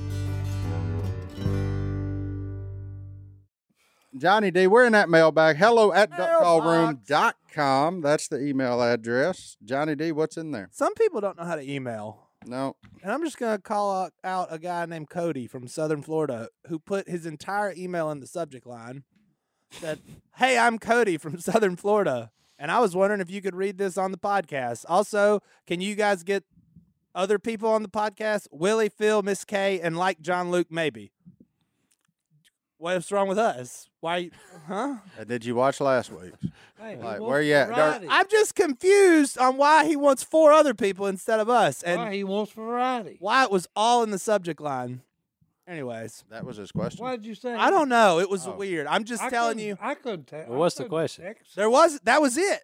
Speaker 4: Johnny D, we're in that mailbag. Hello at duckcallroom.com. That's the email address. Johnny D, what's in there?
Speaker 6: Some people don't know how to email.
Speaker 4: No.
Speaker 6: And I'm just going to call out- out a guy named Cody from Southern Florida who put his entire email in the subject line
Speaker 3: that, hey, I'm Cody from *laughs* Southern Florida, and I was wondering if you could read this on the podcast. Also, can you guys get other people on the podcast? Willie, Phil, Miss K, and like John Luke, maybe. What's wrong with us? Why, huh?
Speaker 4: Uh, Did you watch last week's?
Speaker 2: Hey, he
Speaker 4: Like,
Speaker 2: wants
Speaker 4: where you at, Dirt?
Speaker 2: variety.
Speaker 3: I'm just confused on why he wants four other people instead of us, and
Speaker 2: Why he wants variety?
Speaker 3: why it was all in the subject line. Anyways,
Speaker 4: That was his question.
Speaker 2: Why did you say?
Speaker 3: I don't know. It was
Speaker 4: Oh.
Speaker 3: weird. I'm just
Speaker 2: I
Speaker 3: telling
Speaker 2: couldn't-
Speaker 3: you.
Speaker 2: I couldn't tell.
Speaker 1: Well, what's the question?
Speaker 3: There was that was it.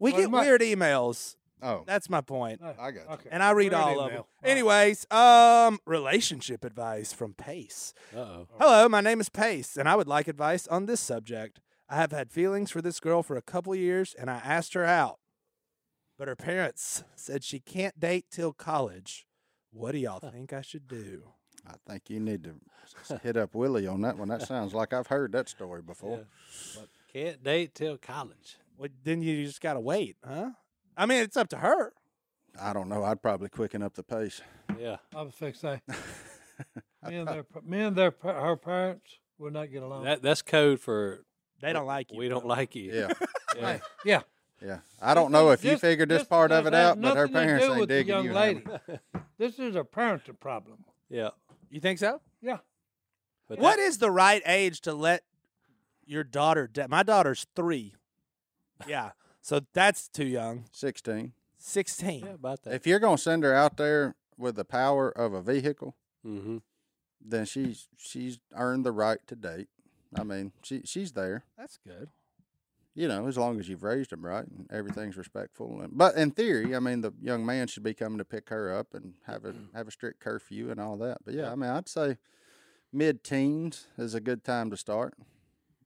Speaker 3: We
Speaker 2: Well,
Speaker 3: get
Speaker 2: my-
Speaker 3: weird emails.
Speaker 4: Oh,
Speaker 3: That's my point.
Speaker 4: I got you.
Speaker 3: And I read
Speaker 2: Weird
Speaker 3: all of them.
Speaker 2: email. Wow.
Speaker 3: Anyways, um relationship advice from Pace.
Speaker 1: Uh oh.
Speaker 3: Hello, my name is Pace, and I would like advice on this subject. I have had feelings for this girl for a couple years, and I asked her out, but her parents said she can't date till college. What do y'all think I should do?
Speaker 4: I think you need to s- s- hit up Willie on that
Speaker 2: *laughs*
Speaker 4: one. That sounds like I've heard that story before.
Speaker 1: But can't date till college.
Speaker 3: Well, then you just gotta wait, huh? I mean, it's up to her.
Speaker 4: I don't know. I'd probably quicken up the pace.
Speaker 1: Yeah.
Speaker 2: I was fixed
Speaker 3: *laughs*
Speaker 2: saying. me and their pa- me and their pa- her parents would not get along.
Speaker 1: That that's code for
Speaker 3: Oh. They don't like you.
Speaker 1: we don't like you.
Speaker 2: *laughs*
Speaker 1: Yeah.
Speaker 4: Yeah,
Speaker 2: yeah,
Speaker 4: yeah. I don't know if you
Speaker 2: This-
Speaker 4: figured this
Speaker 2: this
Speaker 4: part of
Speaker 2: does
Speaker 4: it
Speaker 2: have
Speaker 4: out, but her
Speaker 2: nothing to
Speaker 4: parents
Speaker 2: do
Speaker 4: ain't
Speaker 2: with the
Speaker 4: digging
Speaker 2: young
Speaker 4: you.
Speaker 2: lady.
Speaker 4: Hammer.
Speaker 2: this is a parental problem.
Speaker 1: *laughs* Yeah.
Speaker 3: You think so?
Speaker 2: Yeah,
Speaker 1: But
Speaker 3: What is the right age to let your daughter date? My daughter's three. Yeah, so that's too young.
Speaker 4: Sixteen.
Speaker 3: Sixteen.
Speaker 1: Yeah, about that.
Speaker 4: If you're gonna send her out there with the power of a vehicle,
Speaker 1: mm-hmm. *laughs*
Speaker 4: *laughs* then she's she's earned the right to date. I mean, she she's there.
Speaker 3: That's good.
Speaker 4: You know, as long as you've raised them right and everything's respectful. And, but in theory, I mean, the young man should be coming to pick her up and have a
Speaker 2: Mm.
Speaker 4: have a strict curfew and all that. But yeah, I mean, I'd say mid teens is a good time to start.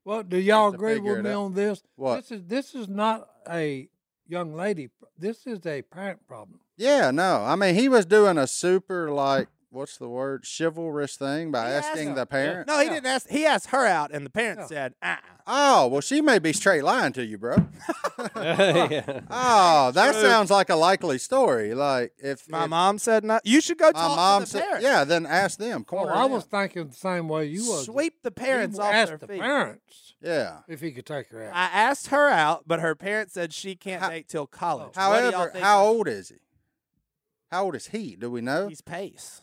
Speaker 2: Well, do y'all
Speaker 4: to
Speaker 2: agree
Speaker 4: figure
Speaker 2: with
Speaker 4: it
Speaker 2: me
Speaker 4: out.
Speaker 2: on this?
Speaker 4: What?
Speaker 2: This is this is not a young lady. pr- This is a parent problem.
Speaker 4: Yeah, no. I mean, he was doing a super like what's the word chivalrous thing by
Speaker 3: He asked
Speaker 4: asking
Speaker 3: her.
Speaker 4: the parent.
Speaker 3: No, he
Speaker 2: Yeah.
Speaker 3: didn't ask. He asked her out, and the parents
Speaker 2: Yeah.
Speaker 3: said, "Ah,
Speaker 4: Oh well, she may be straight lying to you, bro.
Speaker 1: yeah.
Speaker 4: Oh, that
Speaker 3: True.
Speaker 4: sounds like a likely story. Like if
Speaker 3: my
Speaker 4: if
Speaker 3: mom said not. You should go
Speaker 4: my
Speaker 3: talk
Speaker 4: mom
Speaker 3: to the
Speaker 4: said,
Speaker 3: parents.
Speaker 4: yeah, then ask them.
Speaker 2: Oh,
Speaker 4: Corner
Speaker 2: I
Speaker 4: them.
Speaker 2: was thinking the same way you was.
Speaker 3: sweep the
Speaker 2: He
Speaker 3: parents off
Speaker 2: asked
Speaker 3: their
Speaker 2: the
Speaker 3: feet."
Speaker 2: parents
Speaker 4: yeah.
Speaker 2: if he could take her out.
Speaker 3: I asked her out, but her parents said she can't
Speaker 4: How-
Speaker 3: date till college. What do y'all
Speaker 4: However,
Speaker 3: think
Speaker 4: how
Speaker 3: I-
Speaker 4: old is he? How old is he? Do we know?
Speaker 3: He's pace.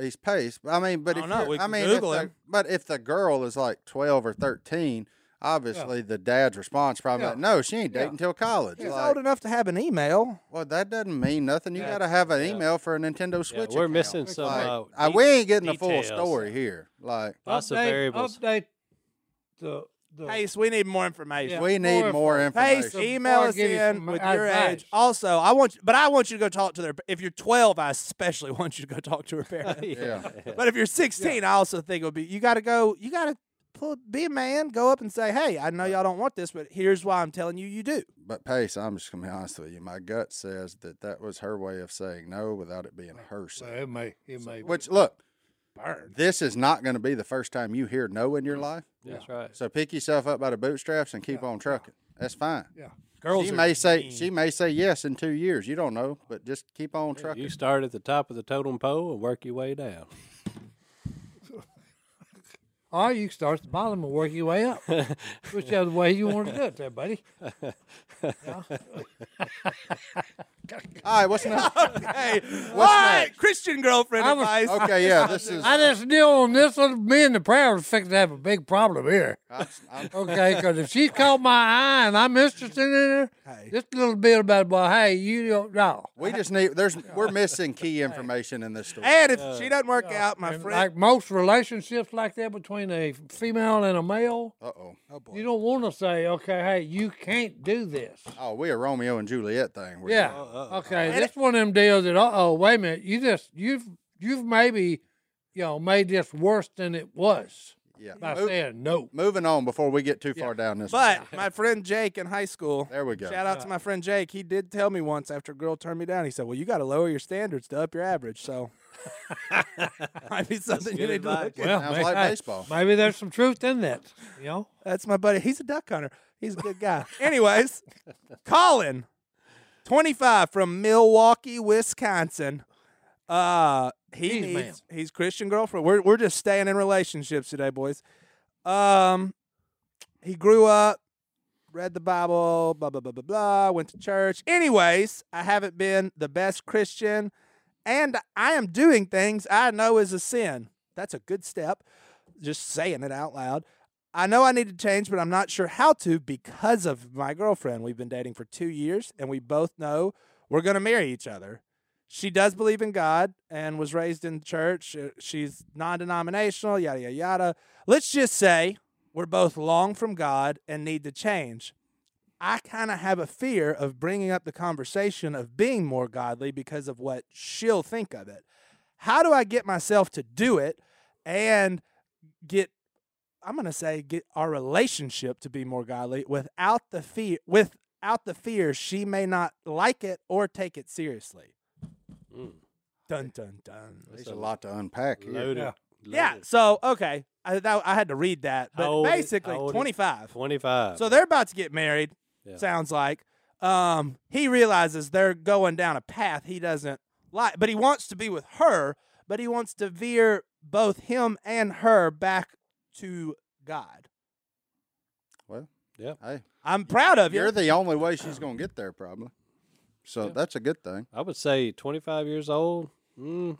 Speaker 4: He's pace. I mean, but
Speaker 3: I
Speaker 4: if
Speaker 3: don't know.
Speaker 4: you're-
Speaker 3: We
Speaker 4: I
Speaker 3: can
Speaker 4: mean,
Speaker 3: Google
Speaker 4: if the,
Speaker 3: him.
Speaker 4: but if the girl is like twelve or thirteen, obviously the dad's response probably
Speaker 2: Yeah.
Speaker 4: like, no, she ain't
Speaker 2: Yeah.
Speaker 4: dating till college.
Speaker 3: He's
Speaker 4: Like,
Speaker 3: old enough to have an email.
Speaker 4: well, that doesn't mean nothing. You
Speaker 1: Yeah.
Speaker 4: got to have an
Speaker 1: Yeah.
Speaker 4: email for a Nintendo Switch.
Speaker 1: we're
Speaker 4: account.
Speaker 1: missing some,
Speaker 4: Like,
Speaker 1: uh,
Speaker 4: I-
Speaker 1: de-
Speaker 4: we ain't getting the
Speaker 1: details.
Speaker 4: full story here. Like
Speaker 1: Lots of
Speaker 2: Update-
Speaker 1: variables.
Speaker 2: Update the the
Speaker 3: Pace, we need more information.
Speaker 2: Yeah.
Speaker 4: we need
Speaker 2: more
Speaker 4: more
Speaker 3: Pace,
Speaker 4: information.
Speaker 2: Some-
Speaker 3: email
Speaker 2: or
Speaker 3: us
Speaker 2: give you
Speaker 3: in
Speaker 2: some
Speaker 3: with your
Speaker 2: advice.
Speaker 3: age. Also, I want, you, but I want you to go talk to their. If you're 12, I especially *laughs* want you to go talk to her parents.
Speaker 4: Yeah.
Speaker 3: But if you're 16, I also think it would be you got to go. You got to pull, be a man, go up and say, "Hey, I know y'all don't want this, but here's why I'm telling you, you do."
Speaker 4: But Pace, I'm just gonna be honest with you. My gut says that that was her way of saying no without it being her
Speaker 2: Well,
Speaker 4: saying.
Speaker 2: it may it may be.
Speaker 4: Which look,
Speaker 2: Burn.
Speaker 4: this is not going to be the first time you hear no in your life.
Speaker 1: That's right.
Speaker 4: So pick yourself up by the bootstraps and keep on trucking. That's fine.
Speaker 2: Yeah.
Speaker 3: Girls
Speaker 4: she
Speaker 3: are
Speaker 4: may say
Speaker 3: mean.
Speaker 4: she may say yes in two years. You don't know, but just keep on
Speaker 1: You
Speaker 4: trucking.
Speaker 1: start at the top of the totem pole and work your way down.
Speaker 2: Or you can start at the bottom and work your way
Speaker 3: *laughs*
Speaker 2: up. Whichever way you want to do it there, buddy.
Speaker 4: All right, what's next? *laughs*
Speaker 3: Hey, all right,
Speaker 4: next?
Speaker 3: Christian girlfriend
Speaker 2: I was-
Speaker 3: advice.
Speaker 4: okay, yeah, this is.
Speaker 2: I just knew on this one, me and the prayer was fixing to have a big problem here.
Speaker 4: I'm- I'm-
Speaker 3: *laughs*
Speaker 2: Okay, because if she caught my eye and I'm interested in her, this little bit about, well, hey, you don't know.
Speaker 4: we just need. There's we're missing key information in this story.
Speaker 3: And if she doesn't work out, my
Speaker 2: And
Speaker 3: friend,
Speaker 2: like most relationships like that between a female and a male,
Speaker 4: Uh oh. Oh boy.
Speaker 2: you don't want to say, okay, hey, you can't do this.
Speaker 4: Oh, we a Romeo and Juliet thing. We're
Speaker 2: Yeah.
Speaker 4: Uh-uh.
Speaker 2: okay. That's one of them deals that uh oh, wait a minute, you just you've you've maybe, you know, made this worse than it was
Speaker 4: Yeah.
Speaker 2: by
Speaker 4: Move-
Speaker 2: saying no.
Speaker 4: moving on before we get too far down this.
Speaker 3: but my friend Jake in high school.
Speaker 4: there we go.
Speaker 3: Shout out to my friend Jake. He did tell me once after a girl turned me down. He said, "Well, you got to lower your standards to up your average." So
Speaker 4: *laughs*
Speaker 3: *laughs* might be something you
Speaker 1: good
Speaker 3: need to
Speaker 1: advice.
Speaker 3: look at.
Speaker 2: Well,
Speaker 4: Sounds
Speaker 2: may-
Speaker 4: like
Speaker 2: hey,
Speaker 4: baseball.
Speaker 2: Maybe there's some truth in that. You know?
Speaker 3: That's my buddy. He's a duck hunter. He's a good guy. Anyways, Colin, 25 from Milwaukee, Wisconsin. Uh, he
Speaker 2: Jeez,
Speaker 3: needs,
Speaker 2: ma'am.
Speaker 3: he's Christian girlfriend. We're, we're just staying in relationships today, boys. Um, he grew up, read the Bible, blah, blah, blah, blah, blah, went to church. Anyways, I haven't been the best Christian, and I am doing things I know is a sin. That's a good step, just saying it out loud. I know I need to change, but I'm not sure how to because of my girlfriend. We've been dating for two years, and we both know we're going to marry each other. She does believe in God and was raised in church. Uh, She's non denominational, yada, yada, yada. Let's just say we're both long from God and need to change. I kind of have a fear of bringing up the conversation of being more godly because of what she'll think of it. How do I get myself to do it and get I'm going to say get our relationship to be more godly without the fear without the fear she may not like it or take it seriously.
Speaker 1: Mm.
Speaker 3: Dun dun dun.
Speaker 4: There's a lot to unpack here.
Speaker 1: Loaded.
Speaker 3: Yeah,
Speaker 1: loaded.
Speaker 3: so okay. I that, I had to read that.
Speaker 1: How
Speaker 3: But
Speaker 1: old is-
Speaker 3: basically
Speaker 1: how old is-
Speaker 3: 25.
Speaker 1: 25.
Speaker 3: So they're about to get married.
Speaker 1: Yeah.
Speaker 3: Sounds like. Um, he realizes they're going down a path he doesn't like, but he wants to be with her. But he wants to veer both him and her back to God.
Speaker 4: Well,
Speaker 1: Yeah.
Speaker 4: Hey,
Speaker 3: I'm proud of you.
Speaker 4: you're the only way she's gonna get there, probably. So that's a good thing.
Speaker 1: I would say 25 years old. Mm,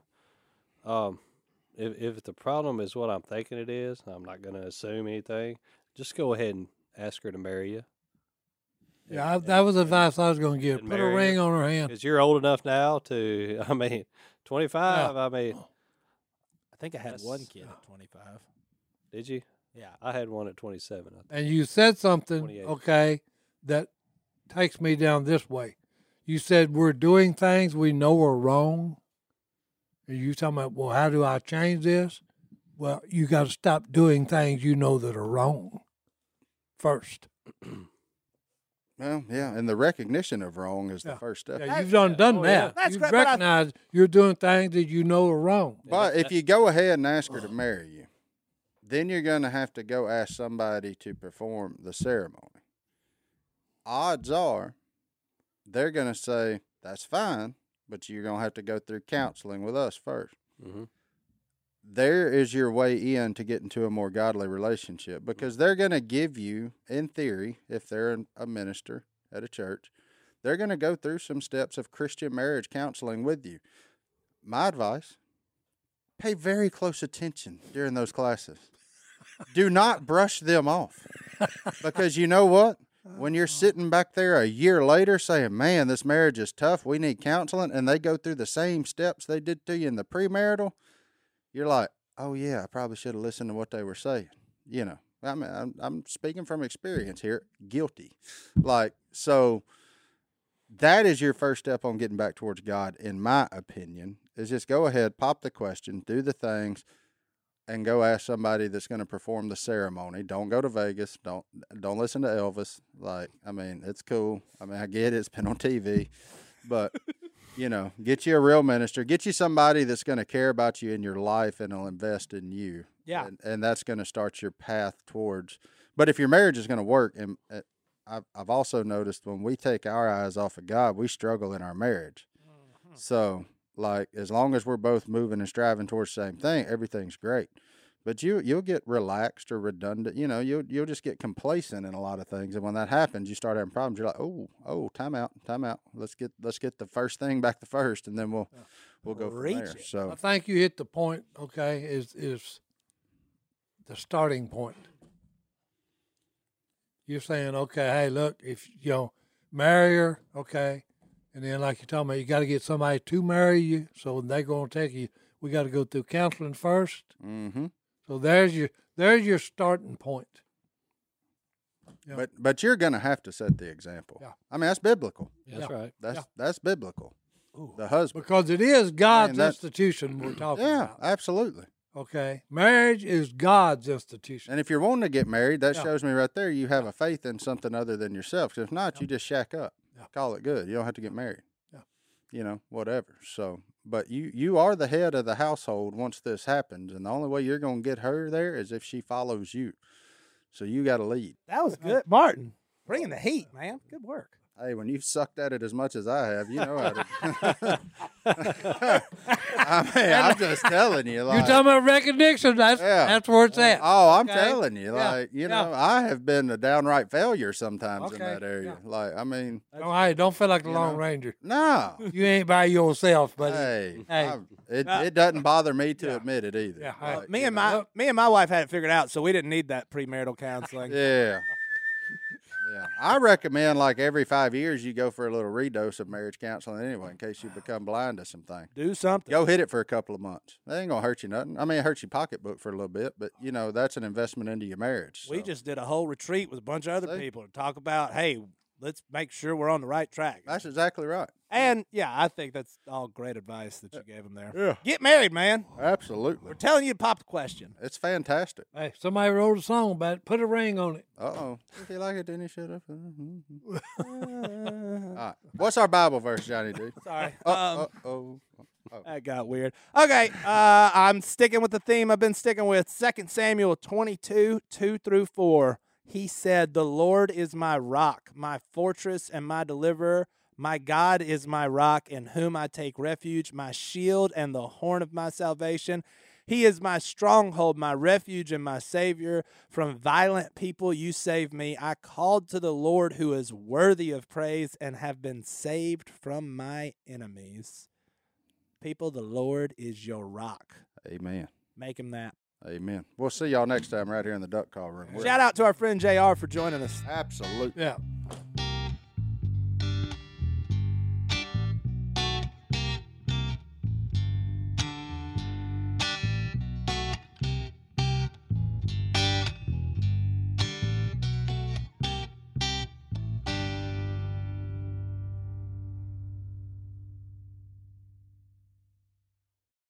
Speaker 1: um, if, if the problem is what I'm thinking it is, I'm not going to assume anything. Just go ahead and ask her to marry you.
Speaker 2: Yeah, I, that was advice I was going to give.
Speaker 1: and
Speaker 2: Put a
Speaker 1: marry
Speaker 2: ring
Speaker 1: her.
Speaker 2: on her hand.
Speaker 1: Because you're old enough now to, *laughs* I mean, 25. I mean,
Speaker 3: oh, I think I had
Speaker 1: That's-
Speaker 3: one kid at 25.
Speaker 1: did you?
Speaker 3: Yeah.
Speaker 1: I had one at 27. I think.
Speaker 2: and you said something
Speaker 1: 28.
Speaker 2: okay that takes me down this way you said we're doing things we know are wrong and you talking about well how do i change this well you got to stop doing things you know that are wrong first
Speaker 4: Well, yeah, and the recognition of wrong is
Speaker 2: Yeah.
Speaker 4: the first step.
Speaker 2: yeah, you've done done
Speaker 1: Oh, yeah.
Speaker 2: that
Speaker 3: That's
Speaker 2: you
Speaker 3: great, but I-
Speaker 2: recognize you're doing things that you know are wrong
Speaker 4: But if you go ahead and ask her to marry you, then you're going to have to go ask somebody to perform the ceremony. Odds are they're going to say, that's fine, but you're going to have to go through counseling with us 1st
Speaker 1: Mhm.
Speaker 4: There is your way in to get into a more godly relationship because they're going to give you, in theory, if they're an- a minister at a church, they're going to go through some steps of Christian marriage counseling with you. My advice pay very close attention during those classes. Do not brush them off because you know what? When you're sitting back there a year later saying, man, this marriage is tough, we need counseling, and they go through the same steps they did to you in the premarital, you're like, oh, yeah, I probably should have listened to what they were saying. You know, I mean, I'm, I'm speaking from experience here, guilty. Like, so that is your first step on getting back towards God, in my opinion, is just go ahead, pop the question, do the things, and go ask somebody that's going to perform the ceremony. Don't go to Vegas. Don't don't listen to Elvis. Like, I mean, it's cool. I mean, I get it. It's been on TV, but you know, get you a real minister. Get you somebody that's going to care about you in your life and will invest in you.
Speaker 3: Yeah.
Speaker 4: and, and that's going to start your path towards. But if your marriage is going to work, and uh, I've I've also noticed when we take our eyes off of God, we struggle in our marriage.
Speaker 3: Mm-hmm.
Speaker 4: So, like, as long as we're both moving and striving towards the same thing, everything's great. But you you'll get relaxed or redundant. You know, you'll you'll just get complacent in a lot of things. And when that happens, you start having problems. You're like, oh oh, time out, time out. Let's get let's get the first thing back the first, and then we'll we'll go from
Speaker 3: Reach
Speaker 4: there.
Speaker 3: it.
Speaker 4: So
Speaker 2: I think you hit the point. Okay, is is the starting point? You're saying, okay, hey, look, if you know, marry her, okay, and then like you're talking about, you got to get somebody to marry you, so they're going to take you. We got to go through counseling first.
Speaker 4: mm-hmm.
Speaker 2: So there's your there's your starting point. Yeah.
Speaker 4: but but you're gonna have to set the example.
Speaker 2: Yeah.
Speaker 4: I mean, that's biblical.
Speaker 1: That's
Speaker 2: Yeah.
Speaker 1: right.
Speaker 4: That's that's biblical.
Speaker 2: Ooh.
Speaker 4: The husband.
Speaker 2: Because it is God's
Speaker 4: Man, that-
Speaker 2: institution we're talking
Speaker 4: Yeah,
Speaker 2: about.
Speaker 4: absolutely.
Speaker 2: Okay, marriage is God's institution.
Speaker 4: And if you're wanting to get married, that
Speaker 2: Yeah.
Speaker 4: shows me right there you have a faith in something other than yourself. 'Cause if not, you just shack up,
Speaker 2: Yeah.
Speaker 4: call it good. You don't have to get married.
Speaker 2: Yeah.
Speaker 4: You know, whatever. So, but you you are the head of the household once this happens, and the only way you're going to get her there is if she follows you. So you got to lead.
Speaker 3: That was good. Martin, bringing the heat, man. Good work.
Speaker 4: Hey, when you've sucked at it as much as I have, you know how
Speaker 2: *laughs*
Speaker 4: to. *laughs* I mean, I'm just telling you.
Speaker 2: You
Speaker 4: Like,
Speaker 2: talking about recognition? That's
Speaker 4: Yeah.
Speaker 2: that's where it's at.
Speaker 4: Oh, I'm
Speaker 2: Okay.
Speaker 4: telling you,
Speaker 2: Yeah.
Speaker 4: like you
Speaker 2: Yeah.
Speaker 4: know, I have been a downright failure sometimes in
Speaker 2: Okay.
Speaker 4: that area.
Speaker 2: Yeah.
Speaker 4: Like, I mean,
Speaker 2: All right, don't feel like the
Speaker 4: You
Speaker 2: Lone
Speaker 4: know.
Speaker 2: Ranger.
Speaker 4: no,
Speaker 2: You ain't by yourself, *laughs* buddy.
Speaker 4: hey,
Speaker 2: Hey.
Speaker 4: I'm- it it doesn't bother me to admit it either.
Speaker 2: Yeah,
Speaker 4: Like,
Speaker 2: hey.
Speaker 6: Me
Speaker 4: you
Speaker 6: and
Speaker 4: know,
Speaker 6: my me and my wife had it figured out, so we didn't need that premarital counseling.
Speaker 4: yeah, yeah. I recommend like every five years you go for a little redose of marriage counseling anyway, in case you become blind to some things.
Speaker 6: Do something.
Speaker 4: Go hit it for a couple of months. That ain't gonna hurt you nothing. I mean, it hurts your pocketbook for a little bit, but you know that's an investment into your marriage.
Speaker 6: We
Speaker 4: so.
Speaker 6: just did a whole retreat with a bunch of other
Speaker 4: See?
Speaker 6: people to talk about, hey, let's make sure we're on the right track.
Speaker 4: that's exactly right.
Speaker 6: And yeah, I think that's all great advice that
Speaker 4: Uh,
Speaker 6: you gave him there. Get married, man.
Speaker 4: Absolutely,
Speaker 6: We're telling you to pop the question.
Speaker 4: it's fantastic.
Speaker 2: Hey, somebody wrote a song about it. Put a ring on it.
Speaker 4: Uh oh. If you like it, then you should
Speaker 6: *laughs*
Speaker 4: have. All right. What's our Bible verse, Johnny D?
Speaker 6: Sorry.
Speaker 4: Oh,
Speaker 6: um,
Speaker 4: oh, oh.
Speaker 6: That got weird. Okay, uh, I'm sticking with the theme I've been sticking with. Second Samuel 22, 2 through 4. He said, The Lord is my rock, my fortress, and my deliverer. My God is my rock, in whom I take refuge, my shield, and the horn of my salvation. He is my stronghold, my refuge, and my savior. From violent people, you save me. I called to the Lord, who is worthy of praise, and have been saved from my enemies. People, the Lord is your rock.
Speaker 4: Amen.
Speaker 6: Make him that.
Speaker 4: Amen. We'll see y'all next time right here in the duck call room. We're-
Speaker 6: Shout out to our friend JR for joining us.
Speaker 4: Absolutely.
Speaker 2: Yeah.